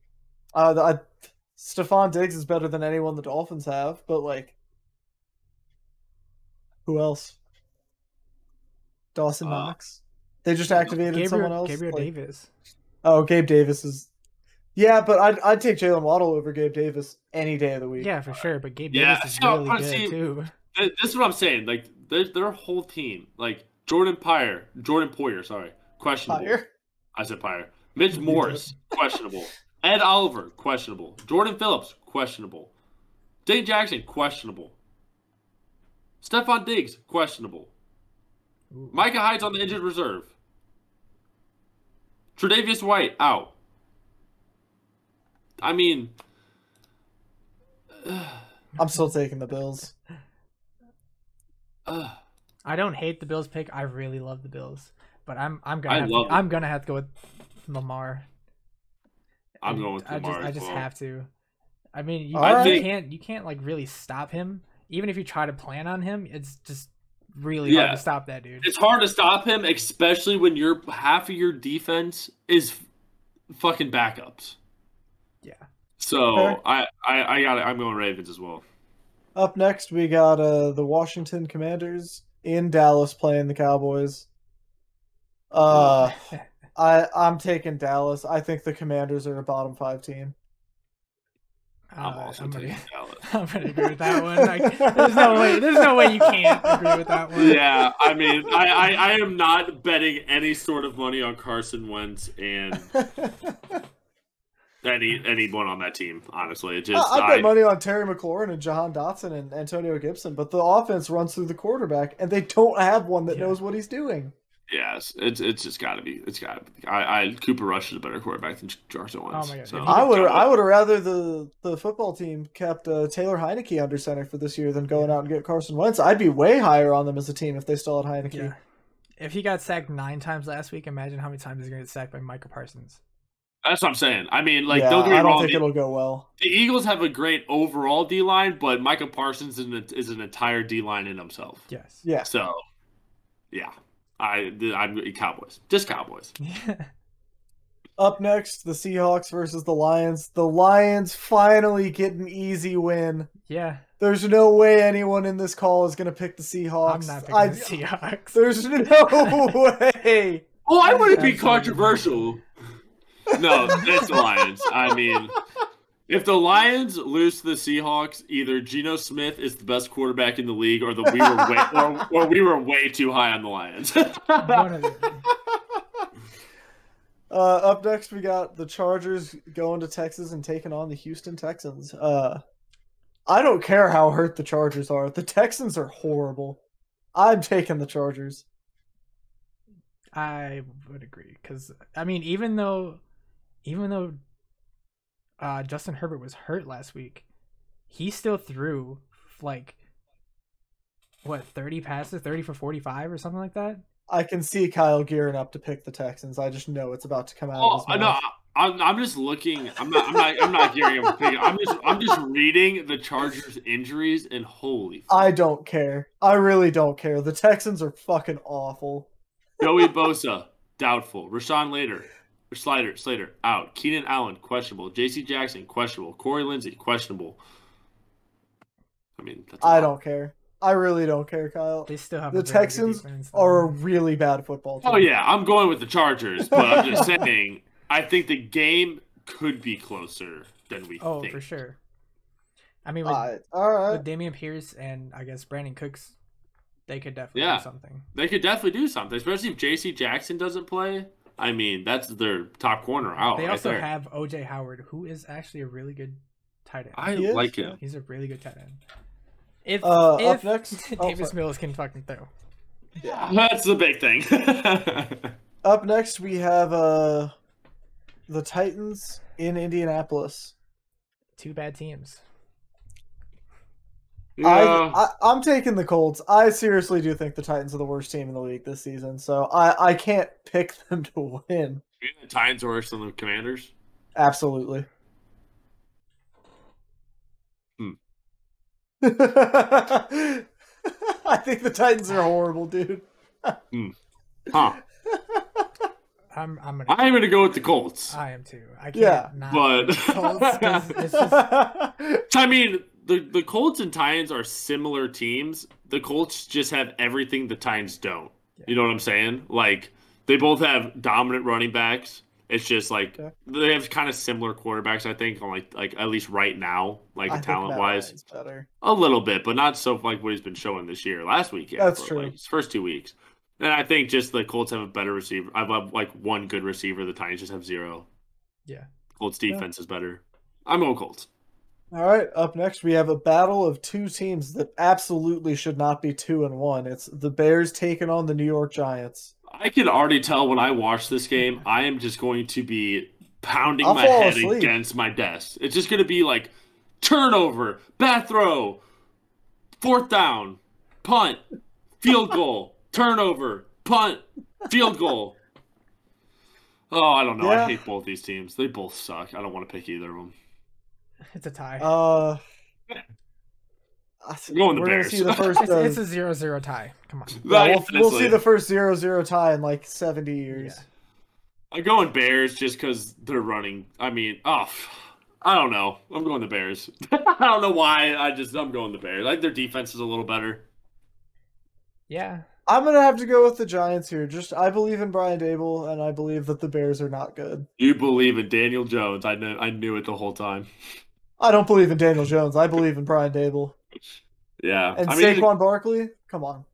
C: uh, I, Stephon Diggs is better than anyone the Dolphins have, but like, who else? Dawson
B: Uh,
C: Knox. They just activated
A: Gabriel,
C: someone else.
A: Gabriel
C: like-
A: Davis.
C: Oh, Gabe Davis is. Yeah, but I'd, I'd take Jalen Waddle over Gabe Davis any day of the week.
A: Yeah, for sure. But Gabe
B: Yeah,
A: Davis is
B: see, I'm
A: really
B: gonna
A: good
B: see-
A: too.
B: Th- This is what I'm saying. Like their their whole team, like Jordan Pyre, Jordan Poyer, sorry, questionable.
C: Fire.
B: I said Pyre. Mitch Morris, questionable. Ed Oliver, questionable. Jordan Phillips, questionable. Dane Jackson, questionable. Stephon Diggs, questionable.
A: Ooh.
B: Micah Hyde's on the injured reserve. Tredavious White out. I mean,
C: I'm still taking the Bills.
B: uh,
A: I don't hate the Bills pick. I really love the Bills, but I'm I'm
B: I
A: gonna have
B: love
A: to,
B: it.
A: I'm gonna have to go with Lamar.
B: I'm
A: And
B: going with
A: I
B: Lamar
A: just I
B: as
A: just
B: well.
A: have to. I mean, you,
C: All
A: you
B: right.
A: can't you can't like really stop him. Even if you try to plan on him, it's just really
B: Yeah.
A: hard to stop that dude.
B: it's hard to stop him, especially when your half of your defense is f- fucking backups.
A: Yeah.
B: So
C: Fair.
B: I, I, I got it. I'm going Ravens as well.
C: Up next, we got uh, the Washington Commanders in Dallas playing the Cowboys. Uh, I I'm taking Dallas. I think the Commanders are a bottom five team.
B: I'm
A: Uh,
B: also
A: I'm
B: taking
A: gonna,
B: Dallas.
A: I'm gonna agree with that one. Like, there's no way there's no way you can't agree with that one.
B: yeah, I mean, I, I, I am not betting any sort of money on Carson Wentz and any anyone on that team. Honestly, it just
C: I, I
B: I-
C: bet money on Terry McLaurin and Jahan Dotson and Antonio Gibson, but the offense runs through the quarterback, and they don't have one that
A: Yeah.
C: knows what he's doing.
B: Yes, it's it's just got to be. It's got. to be I, I Cooper Rush is a better quarterback than Carson Wentz.
A: my God,
B: So.
A: if he
C: Oh I would I would have rather the the football team kept uh, Taylor Heineke under center for this year than going out and get Carson Wentz. I'd be way higher on them as a team if they still had Heineke.
A: Yeah. If he got sacked nine times last week, imagine how many times he's gonna get sacked by Micah Parsons.
B: That's what I'm saying. I mean, like,
C: Yeah,
B: don't get me
C: I don't
B: wrong.
C: think
B: The,
C: it'll go well.
B: the Eagles have a great overall D line, but Micah Parsons is an, is an entire D line in himself.
A: Yes.
C: Yeah,
B: So, yeah, I I'm Cowboys. Just Cowboys.
C: Up next, the Seahawks versus the Lions. The Lions finally get an easy win.
A: yeah.
C: There's no way anyone in this call is going to pick the Seahawks.
A: I'm not picking
C: I-
A: the Seahawks.
C: There's no way.
B: Well, Oh, I wouldn't be
A: Absolutely.
B: controversial. No, it's the Lions. I mean, if the Lions lose to the Seahawks, either Geno Smith is the best quarterback in the league, or the we were way, or, or we were way too high on the Lions.
A: One of the-
C: Uh, up next, we got the Chargers going to Texas and taking on the Houston Texans. Uh, I don't care how hurt the Chargers are. The Texans are horrible. I'm taking the Chargers.
A: I would agree because I mean, even though, even though uh, Justin Herbert was hurt last week, he still threw like what thirty passes, thirty for forty-five or something like that.
C: I can see Kyle gearing up to pick the Texans. I just know it's about to come out.
B: Oh
C: of his
B: no,
C: mouth.
B: I- I'm, I'm just looking. I'm not. I'm not. I'm not hearing. I'm, thinking, I'm just. I'm just reading the Chargers injuries, and holy, f-
C: I don't care. I really don't care. The Texans are fucking awful.
B: Joey Bosa doubtful. Rashawn Later, Slider Slater out. Keenan Allen questionable. J.C. Jackson questionable. Corey Lindsey questionable. I mean, that's a
C: I
B: lot.
C: don't care. I really don't care, Kyle.
A: They still have
C: The
A: a very good
C: Texans
A: defense, though.
C: Are a really bad football team.
B: Oh yeah, I'm going with the Chargers, but I'm just saying. I think the game could be closer than we
A: Oh,
B: think.
A: for sure. I mean, with,
C: Alright, alright.
A: with Damian Pierce and I guess Brandon Cooks, they could definitely
B: Yeah.
A: do something.
B: They could definitely do something, especially if J.C. Jackson doesn't play. I mean, that's their top corner out.
A: they
B: Oh, right
A: also
B: there.
A: have OJ Howard, who is actually a really good tight end.
B: I
C: He is?
B: like him.
A: He's a really good tight end. If,
C: Uh, up
A: if
C: next- oh,
A: Davis
C: sorry.
A: Mills can fucking throw.
B: That's the big thing.
C: Up next, we have uh, the Titans in Indianapolis.
A: Two bad teams.
B: Yeah.
C: I, I, I'm taking the Colts. I seriously do think the Titans are the worst team in the league this season, so I, I can't pick them to win.
B: You think the Titans are worse than the Commanders.
C: Absolutely.
B: Hmm.
C: I think the Titans are horrible, dude.
B: Huh.
A: I'm I'm gonna
B: I'm going to go with the Colts.
A: I am too. I can't
C: Yeah.
A: not
B: But-
A: Colts, 'cause it's just-
B: I mean, the, the Colts and Titans are similar teams. The Colts just have everything the Titans don't. You know what I'm saying? Like, they both have dominant running backs. It's just like
C: Okay.
B: they have kind of similar quarterbacks, I think, on like like at least right now,
C: I
B: like
C: think
B: talent
C: Matt
B: wise.
C: Ryan's better.
B: A little bit, but not so like what he's been showing this year. Last week, yeah,
C: That's
B: but,
C: true.
B: Like, his first two weeks, and I think just the Colts have a better receiver. I have like one good receiver. The Titans just have zero.
A: Yeah.
B: Colts
C: Yeah.
B: defense is better. I'm going Colts.
C: All right, up next we have a battle of two teams that absolutely should not be two and one. It's the Bears taking on the New York Giants.
B: I can already tell when I watch this game, I am just going to be pounding
C: I'll
B: my
C: fall
B: head
C: asleep.
B: against my desk. It's just going to be like turnover, bat throw, fourth down, punt, field goal, turnover, punt, field goal. Oh, I don't know.
C: Yeah.
B: I hate both these teams. They both suck. I don't want to pick either of them.
A: It's a tie.
C: Uh, I s-
B: I'm going the
C: we're gonna
B: Bears.
C: see the first.
A: it's,
C: uh,
A: it's a zero zero tie. Come on.
C: yeah, we'll, we'll see
B: Honestly.
C: the first zero zero tie in like seventy years.
A: Yeah.
B: I'm going Bears just because they're running. I mean, oh, pff, I don't know. I'm going the Bears. I don't know why. I just I'm going the Bears. Like their defense is a little better.
A: Yeah.
C: I'm gonna have to go with the Giants here. Just I believe in Brian Dable, and I believe that the Bears are not good.
B: You believe in Daniel Jones? I knew I knew it the whole time.
C: I don't believe in Daniel Jones. I believe in Brian Dable
B: Yeah,
C: and
B: I mean,
C: Saquon Barkley. Come on,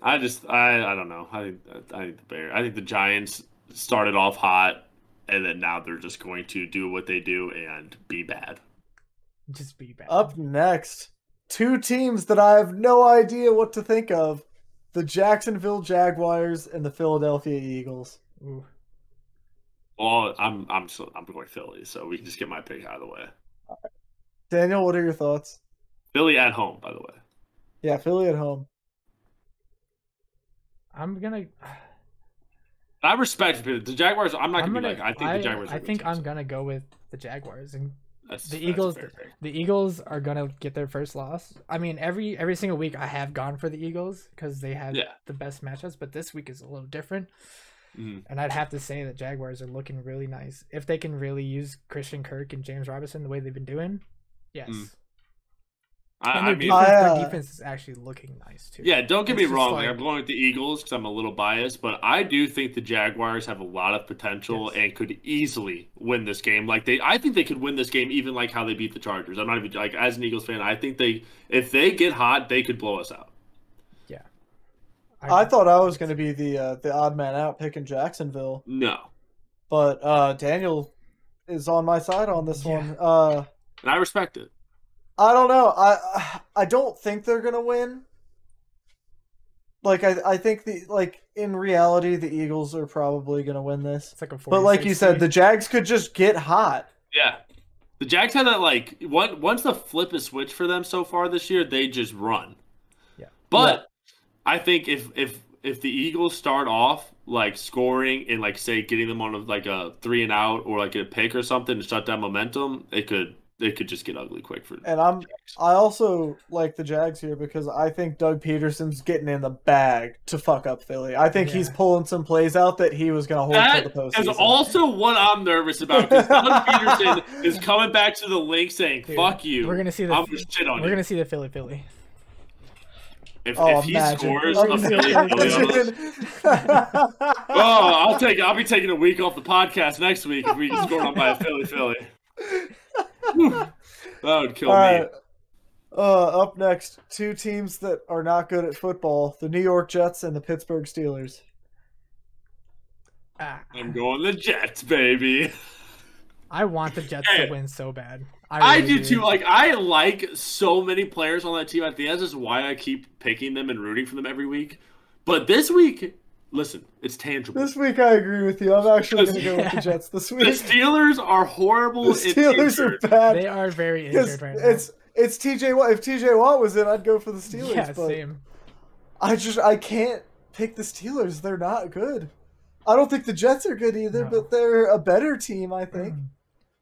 B: I just I I don't know. I think I think the Bears. I think the Giants started off hot, and then now they're just going to do what they do and be bad.
A: Just be bad.
C: Up next, two teams that I have no idea what to think of the Jacksonville Jaguars and the Philadelphia Eagles.
A: Ooh.
B: Well, I'm I'm so, I'm going Philly, so we can just get my pick out of the way.
C: Daniel, what are your thoughts?
B: Philly at home, by the way.
C: Yeah, Philly at home.
A: I'm gonna.
B: I respect the Jaguars. I'm not
A: I'm
B: gonna,
A: gonna.
B: be like I think the Jaguars. are
A: I
B: good
A: think
B: teams.
A: I'm gonna go with the Jaguars, and
B: That's-
A: the
B: that's a
A: Eagles-
B: fair pick.
A: the Eagles are gonna get their first loss. I mean, every every single week I have gone for the Eagles because they had
B: Yeah.
A: the best matchups, but this week is a little different.
B: Mhm.
A: And I'd have to say that Jaguars are looking really nice if they can really use Christian Kirk and James Robinson the way they've been doing. Yes,
B: Mm. I,
A: and
B: I
A: their,
B: mean,
A: defense,
C: I, uh,
A: their defense is actually looking nice too.
B: yeah. Don't get
A: it's
B: me
A: just
B: wrong. Like,
A: like-
B: I'm going with the Eagles because I'm a little biased, but I do think the Jaguars have a lot of potential
A: Yes.
B: and could easily win this game. Like they, I think they could win this game, even like how they beat the Chargers. I'm not even like as an Eagles fan. I think they, if they get hot, they could blow us out.
C: I thought I was going to be the uh, the odd man out picking Jacksonville,
B: No,
C: but uh, Daniel is on my side on this
A: Yeah.
C: one. Uh,
B: and I respect it.
C: I don't know. I I- I don't think they're gonna win. Like I I think the like in reality the Eagles are probably gonna win this.
A: It's like a 40,
C: But like you said, the Jags could just get hot.
B: Yeah. The Jags had that like one, once the flip is switch for them so far this year, they just run.
A: Yeah.
B: But I think if if if the Eagles start off like scoring and like say getting them on a, like a three and out or like a pick or something to shut down momentum, it could it could just get ugly quick for
C: And I'm I also like the Jags here because I think Doug Peterson's getting in the bag to fuck up Philly. I think he's
A: Yeah.
C: pulling some plays out that he was gonna hold
B: That
C: for the postseason.
B: That's also what I'm nervous about because Doug Peterson is coming back to the link saying
A: Dude,
B: "fuck you."
A: we're gonna see the
B: I'm gonna shit on
A: we're
B: you.
A: gonna see the Philly Philly.
B: if,
C: Oh,
B: if he
C: imagine.
B: scores
C: Like,
B: a Philly Philly on us,
C: imagine.
B: Oh, I'll take. I'll be taking a week off the podcast next week if we get scored on by a Philly Philly. Whew. that would kill
C: All
B: me.
C: right. Uh, up next, two teams that are not good at football: the New York Jets and the Pittsburgh Steelers.
A: Ah,
B: I'm going the Jets, baby.
A: I want the Jets
B: Hey.
A: to win so bad.
B: I
A: really
B: do too. Like I like so many players on that team. I think that's just why I keep picking them and rooting for them every week. But this week, listen, it's tangible.
C: This week, I agree with you. I'm actually going to go with the Jets this
B: the
C: week.
B: Steelers are horrible.
C: The
B: and
C: Steelers are
B: injured.
C: bad.
A: they are very
C: 'Cause
A: injured right now.
C: it's it's TJ Watt. If TJ Watt was in, I'd go for the Steelers.
A: yeah,
C: but
A: same.
C: I just I can't pick the Steelers. They're not good. I don't think the Jets are good either,
A: No. Mm.
C: but they're a better team. I think.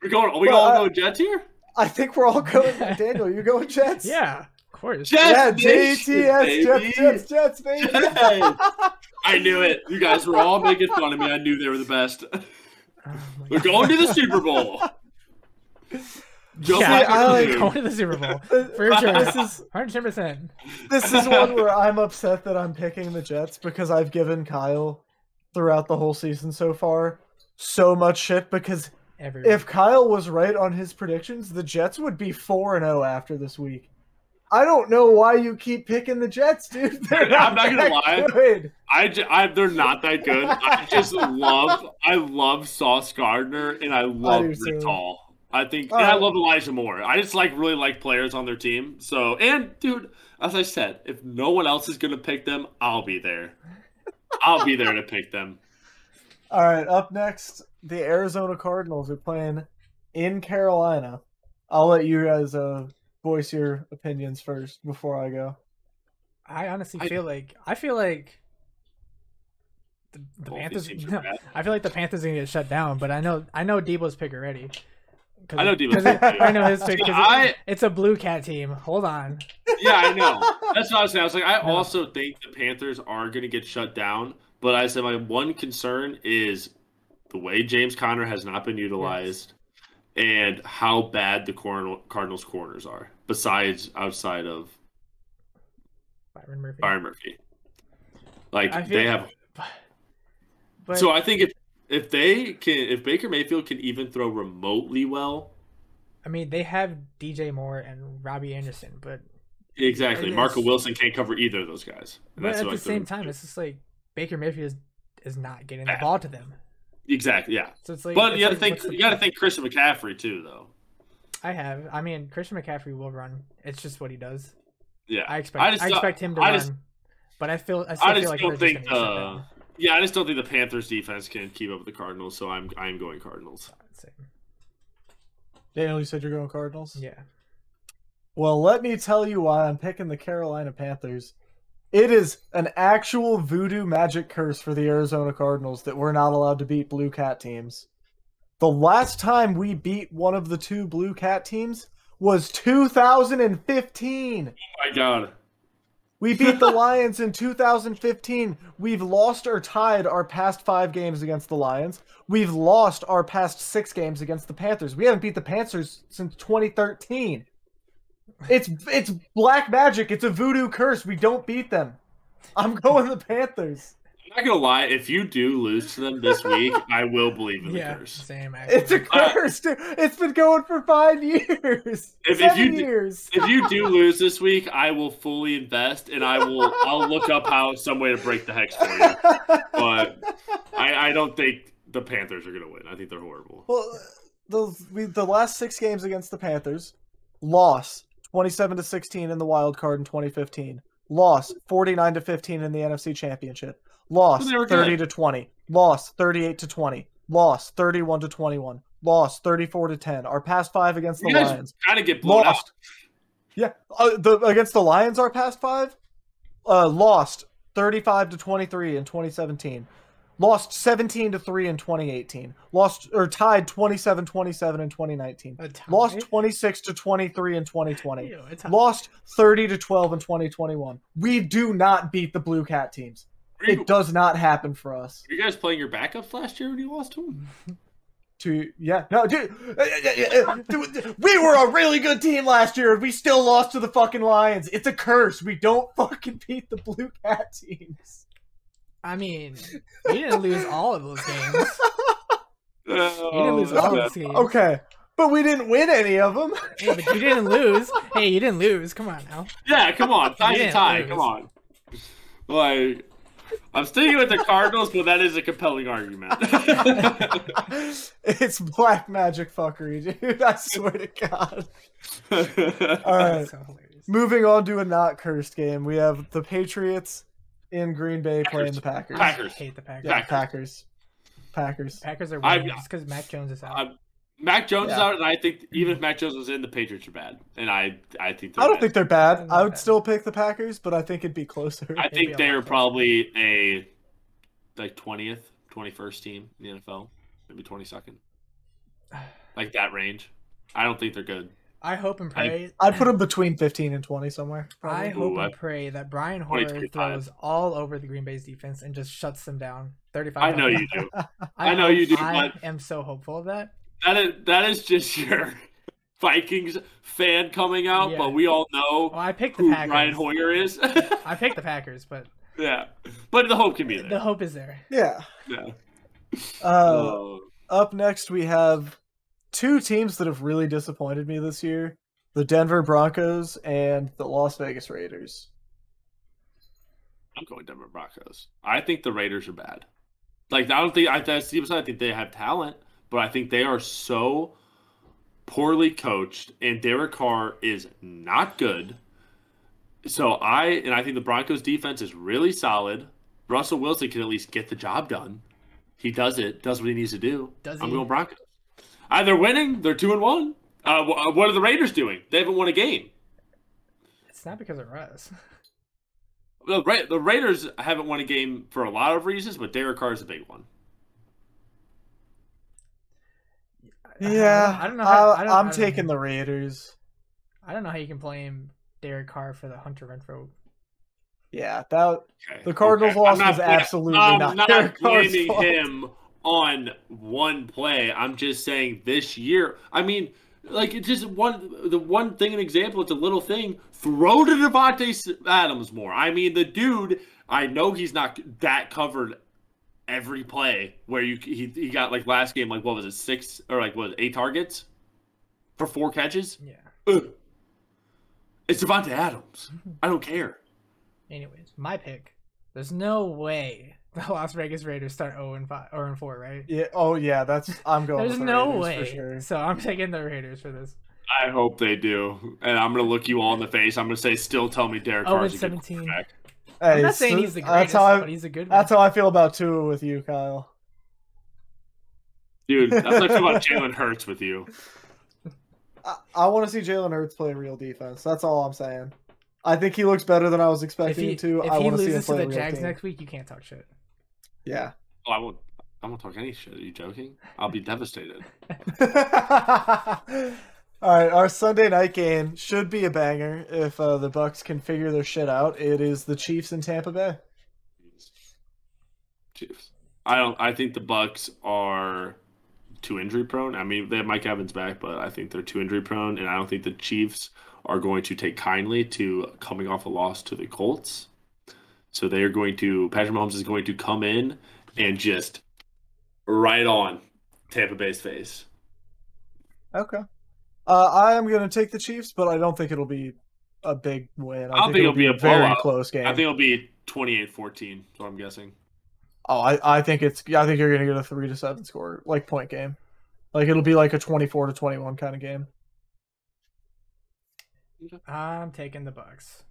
B: We're going. Are we
C: Well,
B: all
C: I-
B: going Jets here?
C: I think we're all going. Daniel, you're going Jets.
A: Yeah, of course.
C: Yeah,
B: Jets, Nation,
C: JTS,
B: baby.
C: Jets, Jets, Jets, baby.
B: Hey. I knew it. You guys were all making fun of me. I knew they were the best.
A: Oh my
B: We're
A: God.
B: going to the Super Bowl. Just
A: Yeah,
B: like
C: I
B: you
C: like-
B: do.
A: going to the Super Bowl for sure.
C: this is
A: 110. percent
C: this is one where I'm upset that I'm picking the Jets because I've given Kyle throughout the whole season so far so much shit because
A: Every
C: if Kyle was right on his predictions, the Jets would be 4 and 0 after this week. I don't know why you keep picking the Jets, dude. They're
B: I'm not gonna
C: that
B: lie.
C: good.
B: I, ju- I- they're not that good. I just love I love Sauce Gardner and I love
C: do
B: Rick
C: too.
B: Hall. I think,
C: All
B: and I
C: right.
B: love Elijah Moore. I just like really like players on their team. So, and dude, as I said, if no one else is gonna pick them, I'll be there. I'll be there to pick them.
C: All right, up next, the Arizona Cardinals are playing in Carolina. I'll let you guys uh, voice your opinions first before I go.
A: I honestly
B: I-
A: feel like I feel like the, the
B: Both these
A: Panthers.
B: teams are
A: no,
B: bad.
A: I feel like the Panthers are gonna get shut down, but I know I know Debo's pick already. 'Cause
B: I know
A: it-
B: Debo's
A: 'cause it-
B: pick, too.
A: I know his pick. 'cause it-
B: I-
A: it's a blue cat team. Hold on.
B: Yeah, I know. That's what I was saying. I was like, I
A: No.
B: also think the Panthers are gonna get shut down. But I said my one concern is the way James Conner has not been utilized, and how bad the Corn- Cardinals corners are. Besides, outside of
A: Byron Murphy.
B: Byron Murphy, like
A: I
B: they
A: feel-
B: have
A: But
B: so I think if if they can, if Baker Mayfield can even throw remotely well,
A: I mean, they have DJ Moore and Robbie Anderson, but
B: exactly.
A: And
B: Marco
A: it's-
B: Wilson can't cover either of those guys. And
A: but
B: that's
A: at
B: what
A: the
B: I feel-
A: same time, it's just like Baker Mayfield is, is not getting the
B: Bad.
A: ball to them.
B: exactly, yeah.
A: So it's like,
B: But
A: it's
B: you got to
A: like,
B: think,
A: what's the
B: you got to
A: point?
B: think Christian McCaffrey too, though.
A: I have. I mean, Christian McCaffrey will run. It's just what he does.
B: Yeah,
A: I expect.
B: I
A: I,
B: just don't-
A: expect him to
B: I
A: run.
B: just-
A: but I feel. I still
B: just
A: feel like
B: don't
A: they're just
B: think,
A: gonna get shut
B: uh,
A: down.
B: yeah. I just don't think the Panthers defense can keep up with the Cardinals, so I'm I'm going Cardinals.
A: Same.
C: Daniel, you said you're going Cardinals?
A: Yeah.
C: Well, let me tell you why I'm picking the Carolina Panthers. It is an actual voodoo magic curse for the Arizona Cardinals that we're not allowed to beat blue cat teams. The last time we beat one of the two blue cat teams was 2015.
B: Oh my God,
C: We beat the Lions in 2015. We've lost or tied our past five games against the Lions. We've lost our past six games against the Panthers. We haven't beat the Panthers since 2013. It's it's black magic. It's a voodoo curse. We don't beat them. I'm going the Panthers.
B: I'm not gonna lie. If you do lose to them this week, I will believe in
A: Yeah.
B: the curse.
A: Same. Actually.
C: It's a curse. dude. It's been going for five years.
B: If- if
C: Seven
B: you d-
C: years.
B: If you do lose this week, I will fully invest, and I will I'll look up how some way to break the hex for you. but I, I don't think the Panthers are going to win. I think they're horrible.
C: Well, the we, the last six games against the Panthers, loss twenty seven to sixteen in the wild card in twenty fifteen. Loss forty nine to fifteen in the NFC Championship. Loss
B: Well, they were
C: thirty to twenty. Loss thirty eight to twenty. Loss thirty one to twenty one. Loss thirty four to ten. Our past five against the
B: You guys
C: Lions.
B: Kind of get blown out.
C: Lost. Yeah, uh, the against the Lions, our past five. Uh, lost thirty five to twenty three in twenty seventeen. Lost 17 to 3 in 2018. Lost or tied 27-27 in 2019
A: A tie?
C: lost 26 to 23 in 2020
A: Ew, a tie.
C: lost 30 to 12 in 2021 we do not beat the blue cat teams
B: Were you,
C: it does not happen for us
B: were you guys playing your backups last year when you lost to them?
C: to yeah no dude uh, uh, uh, dude, we were a really good team last year and we still lost to the fucking lions it's a curse we don't fucking beat the blue cat teams
A: I mean, we didn't lose all of those games.
B: Oh,
A: You didn't lose
B: that's
A: all
B: bad.
A: of those games.
C: okay but we didn't win any of them
A: Hey, but you didn't lose. Hey, you didn't lose. Come on now.
B: Yeah, come on. Tie
A: You
B: to
A: didn't
B: tie.
A: lose.
B: Come on. Like, I'm sticking with the Cardinals, but that is a compelling argument.
C: it's black magic fuckery dude i swear to god all right
A: That's so hilarious.
C: Moving on to a not cursed game, we have the Patriots in Green Bay playing the Packers.
B: Packers.
A: I hate the Packers.
C: Yeah,
B: Packers.
C: Packers. Packers.
A: Packers are
B: I've-
A: winning just because Mac Jones is out.
B: I've- Mac Jones is
C: Yeah.
B: out, and I think even if Mac Jones was in, the Patriots are bad. And I, I think they're
C: I don't
B: bad.
C: think they're bad.
A: They're not
C: I would
A: bad.
C: still pick the Packers, but I think it'd be closer.
B: I
A: Maybe
B: think
A: a
B: they
A: lot
B: are
A: closer.
B: probably a like twentieth, twenty first team in the NFL, maybe twenty second, like that range. I don't think they're good.
A: I hope and pray.
C: I'd put them between 15 and 20 somewhere.
A: I
C: probably.
A: hope
B: Ooh,
A: and
B: I-
A: pray that Brian
B: 20,
A: Hoyer
B: 25.
A: throws all over the Green Bay's defense and just shuts them down.
B: I
A: Thirty-five.
B: know you do. I know
A: hope-
B: you do,
A: I am so hopeful of that.
B: That is that is just your Vikings fan coming out,
A: Yeah.
B: but we all know
A: Well, I picked the
B: who
A: Packers.
B: Brian Hoyer is.
A: I picked the Packers, but
B: yeah, but the hope can be
A: the
B: there.
A: hope is there.
C: Yeah.
B: Yeah.
C: Uh,
B: Oh,
C: up next, we have two teams that have really disappointed me this year the Denver Broncos and the Las Vegas Raiders.
B: I'm going Denver Broncos. I think the Raiders are bad. Like I don't think I that's the opposite. I think they have talent, but I think they are so poorly coached, and Derek Carr is not good. So I and I think the Broncos defense is really solid. Russell Wilson can at least get the job done. He does it, does what he needs to do.
A: Does
B: I'm
A: he?
B: going Broncos. Uh, they're winning. They're two and one. Uh, wh- uh, what are the Raiders doing? They haven't won a game.
A: It's not because of Russ.
B: The, Ra- the Raiders haven't won a game for a lot of reasons, but Derek Carr is a big one.
C: Yeah,
A: I don't know how- I don't- I
C: am
A: don't
C: Uh, taking
A: know.
C: the Raiders.
A: I don't know how you can blame Derek Carr for the Hunter Renfro.
C: Yeah, that
B: Okay.
C: The Cardinals
B: I'm
C: loss
B: not
C: was
B: bla-
C: absolutely
B: I'm
C: not
B: not,
C: Derek Carr's
B: blaming
C: fault.
B: him on one play. I'm just saying this year. I mean, like it's just one the one thing an example. It's a little thing. Throw to Devontae S- Adams more. I mean, the dude. I know he's not that covered every play where you he, he got like last game like what was it six or like what eight targets for four catches.
A: Yeah.
B: Ugh. It's Devontae Adams. I don't care.
A: Anyways, my pick. There's no way the Las Vegas Raiders start 0 and 5 or 4, right?
C: yeah. Oh yeah, that's I'm going.
A: There's
C: with the
A: no
C: Raiders
A: way.
C: for sure.
A: So I'm taking the Raiders for this.
B: I hope they do. And I'm going to look you all in the face. I'm going to say, still tell me Derek
A: Oh,
B: Carr's
A: it's
B: a good
A: 17.
B: quarterback.
A: I'm
C: Hey,
A: not saying
C: so
A: he's the
C: That's
A: greatest,
C: how I,
A: but he's a good one.
C: that's how I feel about Tua with you, Kyle.
B: Dude, that's like about Jalen Hurts with you.
C: I, I want to see Jalen Hurts play real defense. That's all I'm saying. I think he looks better than I was
A: if
C: expecting
A: he,
C: him to.
A: if
C: I
A: he
C: want to see him
A: loses to
C: play
A: the
C: real
A: Jags
C: team.
A: next week, you can't talk shit.
C: Yeah.
B: Oh, I won't, I won't talk any shit. Are you joking? I'll be devastated.
C: All right, our Sunday night game should be a banger if uh, the Bucks can figure their shit out. It is the Chiefs in Tampa Bay.
B: Chiefs. I don't. I think the Bucks are too injury prone. I mean, they have Mike Evans back, but I think they're too injury prone, and I don't think the Chiefs are going to take kindly to coming off a loss to the Colts. So they are going to Patrick Mahomes is going to come in and just right on Tampa Bay's face.
C: Okay. Uh, I am going to take the Chiefs, but I don't think it'll be a big win. I,
B: don't think it'll be a
C: very
B: blowout.
C: close game.
B: I think it'll be 28-14. So I'm guessing.
C: oh, I, I think it's. I think you're going to get a three to seven score, like point game. Like it'll be like a twenty-four to twenty-one kind of game.
A: I'm taking the Bucks.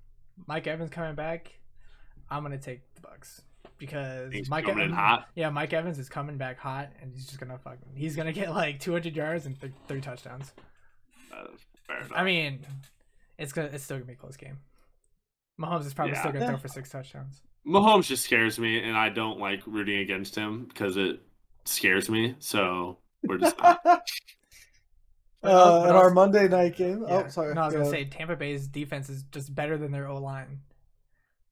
A: Mike Evans coming back. I'm gonna take the Bucks because
B: He's
A: Mike
B: coming in
A: Evans,
B: hot.
A: yeah, Mike Evans is coming back hot, and he's just gonna fucking he's gonna get like 200 yards and th- three touchdowns.
B: Uh, fair enough.
A: I mean, it's gonna it's still gonna be a close game. Mahomes is probably still
B: Yeah.
A: gonna
C: Yeah.
A: throw for six touchdowns.
B: Mahomes just scares me, and I don't like rooting against him because it scares me. So we're just
C: uh,
B: not.
A: But I'll- but
C: and
A: I'll-
C: Uh, our Monday night game.
A: yeah.
C: Oh, sorry.
A: No, I was
C: Go
A: gonna
C: ahead.
A: say Tampa Bay's defense is just better than their O line.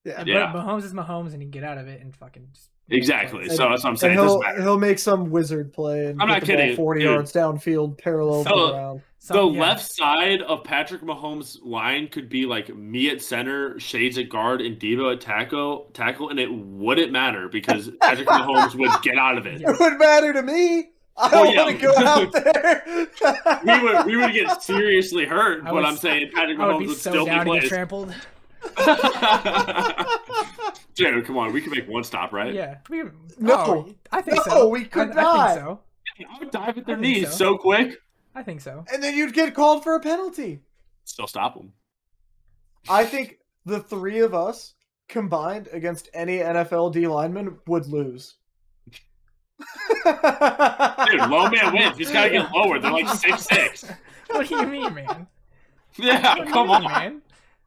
C: Yeah.
A: And
B: Yeah.
A: but Mahomes is Mahomes, and he can get out of it and fucking just
B: exactly.
C: And-
B: So that's what I'm
C: And
B: saying. It
C: he'll
B: doesn't matter.
C: he'll make some wizard play and
B: I'm
C: get
B: not
C: the ball
B: kidding,
C: forty
B: dude.
C: yards downfield, parallel to the
B: So-
C: ground.
A: So-
B: The
A: yeah.
B: left side of Patrick Mahomes' line could be like me at center, Shades at guard, and Debo at tackle, tackle, and it wouldn't matter because Patrick Mahomes would get out of it.
A: Yeah.
C: It would matter to me. I
B: Oh,
C: don't
B: yeah.
C: want to go out there.
B: We would we would get seriously hurt,
A: I
B: but
A: would
B: I'm
A: s-
B: saying Patrick
A: I would
B: Mahomes
A: be
B: would
A: so
B: still be
A: down to get
B: playing.
A: trampled.
B: Jared, come on, we can make one stop, right?
A: Yeah. We,
C: No.
A: oh, I think
C: No,
A: so.
C: we could
A: I, I
C: not.
A: think so.
B: I would dive at their
A: I think
B: knees
A: so.
B: so quick.
A: I think so.
C: and then you'd get called for a penalty.
B: Still stop them.
C: I think the three of us combined against any NFL D lineman would lose.
B: Dude, low man wins. He's gotta get lower. They're like six six.
A: What do you mean, man? What do
B: Yeah,
A: you
B: come
A: mean, man.
B: on.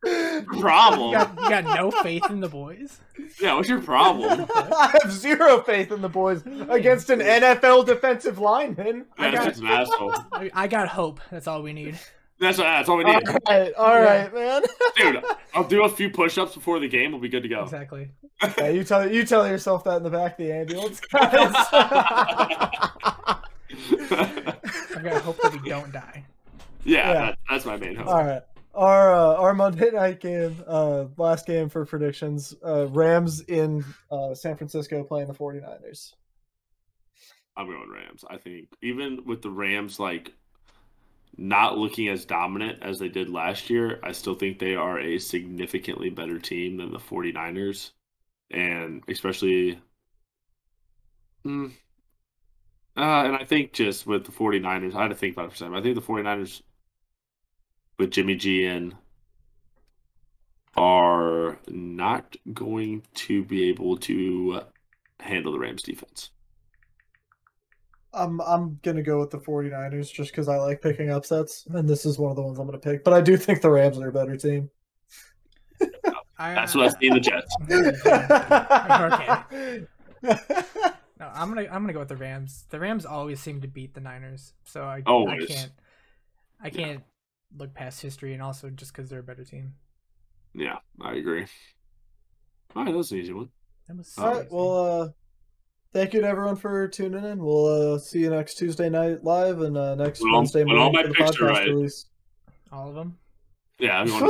A: You
B: Problem.
A: got, you got no faith in the boys.
B: Yeah, what's your problem?
C: I have zero faith in the boys against an NFL defensive lineman.
A: I
B: That's
A: got-
B: just an asshole.
A: I I got hope. That's all we need.
B: That's that's all we
C: All
B: need,
C: right, all
A: Yeah.
C: right, man.
B: dude. I'll do a few push-ups before the game. We'll be good to go.
A: Exactly.
C: Yeah, you tell you tell yourself that in the back of the ambulance, guys.
A: I've got hope that we don't die.
B: yeah,
C: Yeah.
B: That, that's my main hope.
C: All right. Our uh, our Monday night game, uh, last game for predictions. Uh, Rams in uh, San Francisco playing the 49ers.
B: I'm going Rams. I think even with the Rams like not looking as dominant as they did last year, I still think they are a significantly better team than the 49ers. And especially mm, Uh, and I think just with the 49ers, I had to think about it for a second. I think the 49ers with Jimmy G in are not going to be able to handle the Rams defense.
C: I'm I'm gonna go with the 49ers just because I like picking upsets, and this is one of the ones I'm gonna pick. But I do think the Rams are a better team.
A: I,
B: That's what I see in the Jets.
A: No, I'm gonna I'm gonna go with the Rams. The Rams always seem to beat the Niners, so I I
B: Always.
A: can't I can't look past history and also just because they're a better team.
B: Yeah, I agree. All right, that was an easy one.
A: That was so
C: All right,
A: easy.
C: well, uh, thank you to everyone for tuning in. We'll uh, see you next Tuesday night live and uh, next
B: Well,
C: Wednesday
B: well,
C: morning
B: all my
C: for the
B: picks are
C: podcast
B: right.
C: release.
A: all of them.
B: Yeah, we want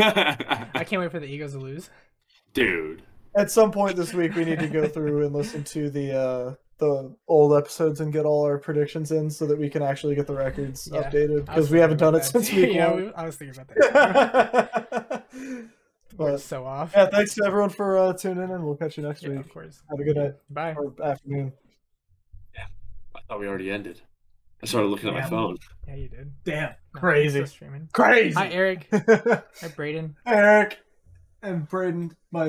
C: At
A: I
B: to
A: can't wait for the Eagles to lose.
B: dude.
C: some point this week, we need to go through and listen to the uh, the old episodes and get all our predictions in so that we can actually get the records
A: Yeah,
C: updated
A: I was
C: because we haven't
A: thinking
C: done it
A: about that.
C: since week
A: yeah,
C: one.
A: we- I was thinking about that. We're
C: but
A: so off.
C: yeah, thanks to everyone for uh, tuning in. We'll catch you next
A: Yeah,
C: week.
A: of course.
C: Have a good night
A: Bye.
C: or afternoon.
B: I thought we already ended. I started looking at my
C: Yeah.
B: phone.
A: Yeah, you did.
C: Damn,
A: No,
C: Crazy.
A: I'm still streaming.
C: crazy.
A: Hi, Eric. Hi, Braden.
C: Eric and Braden, my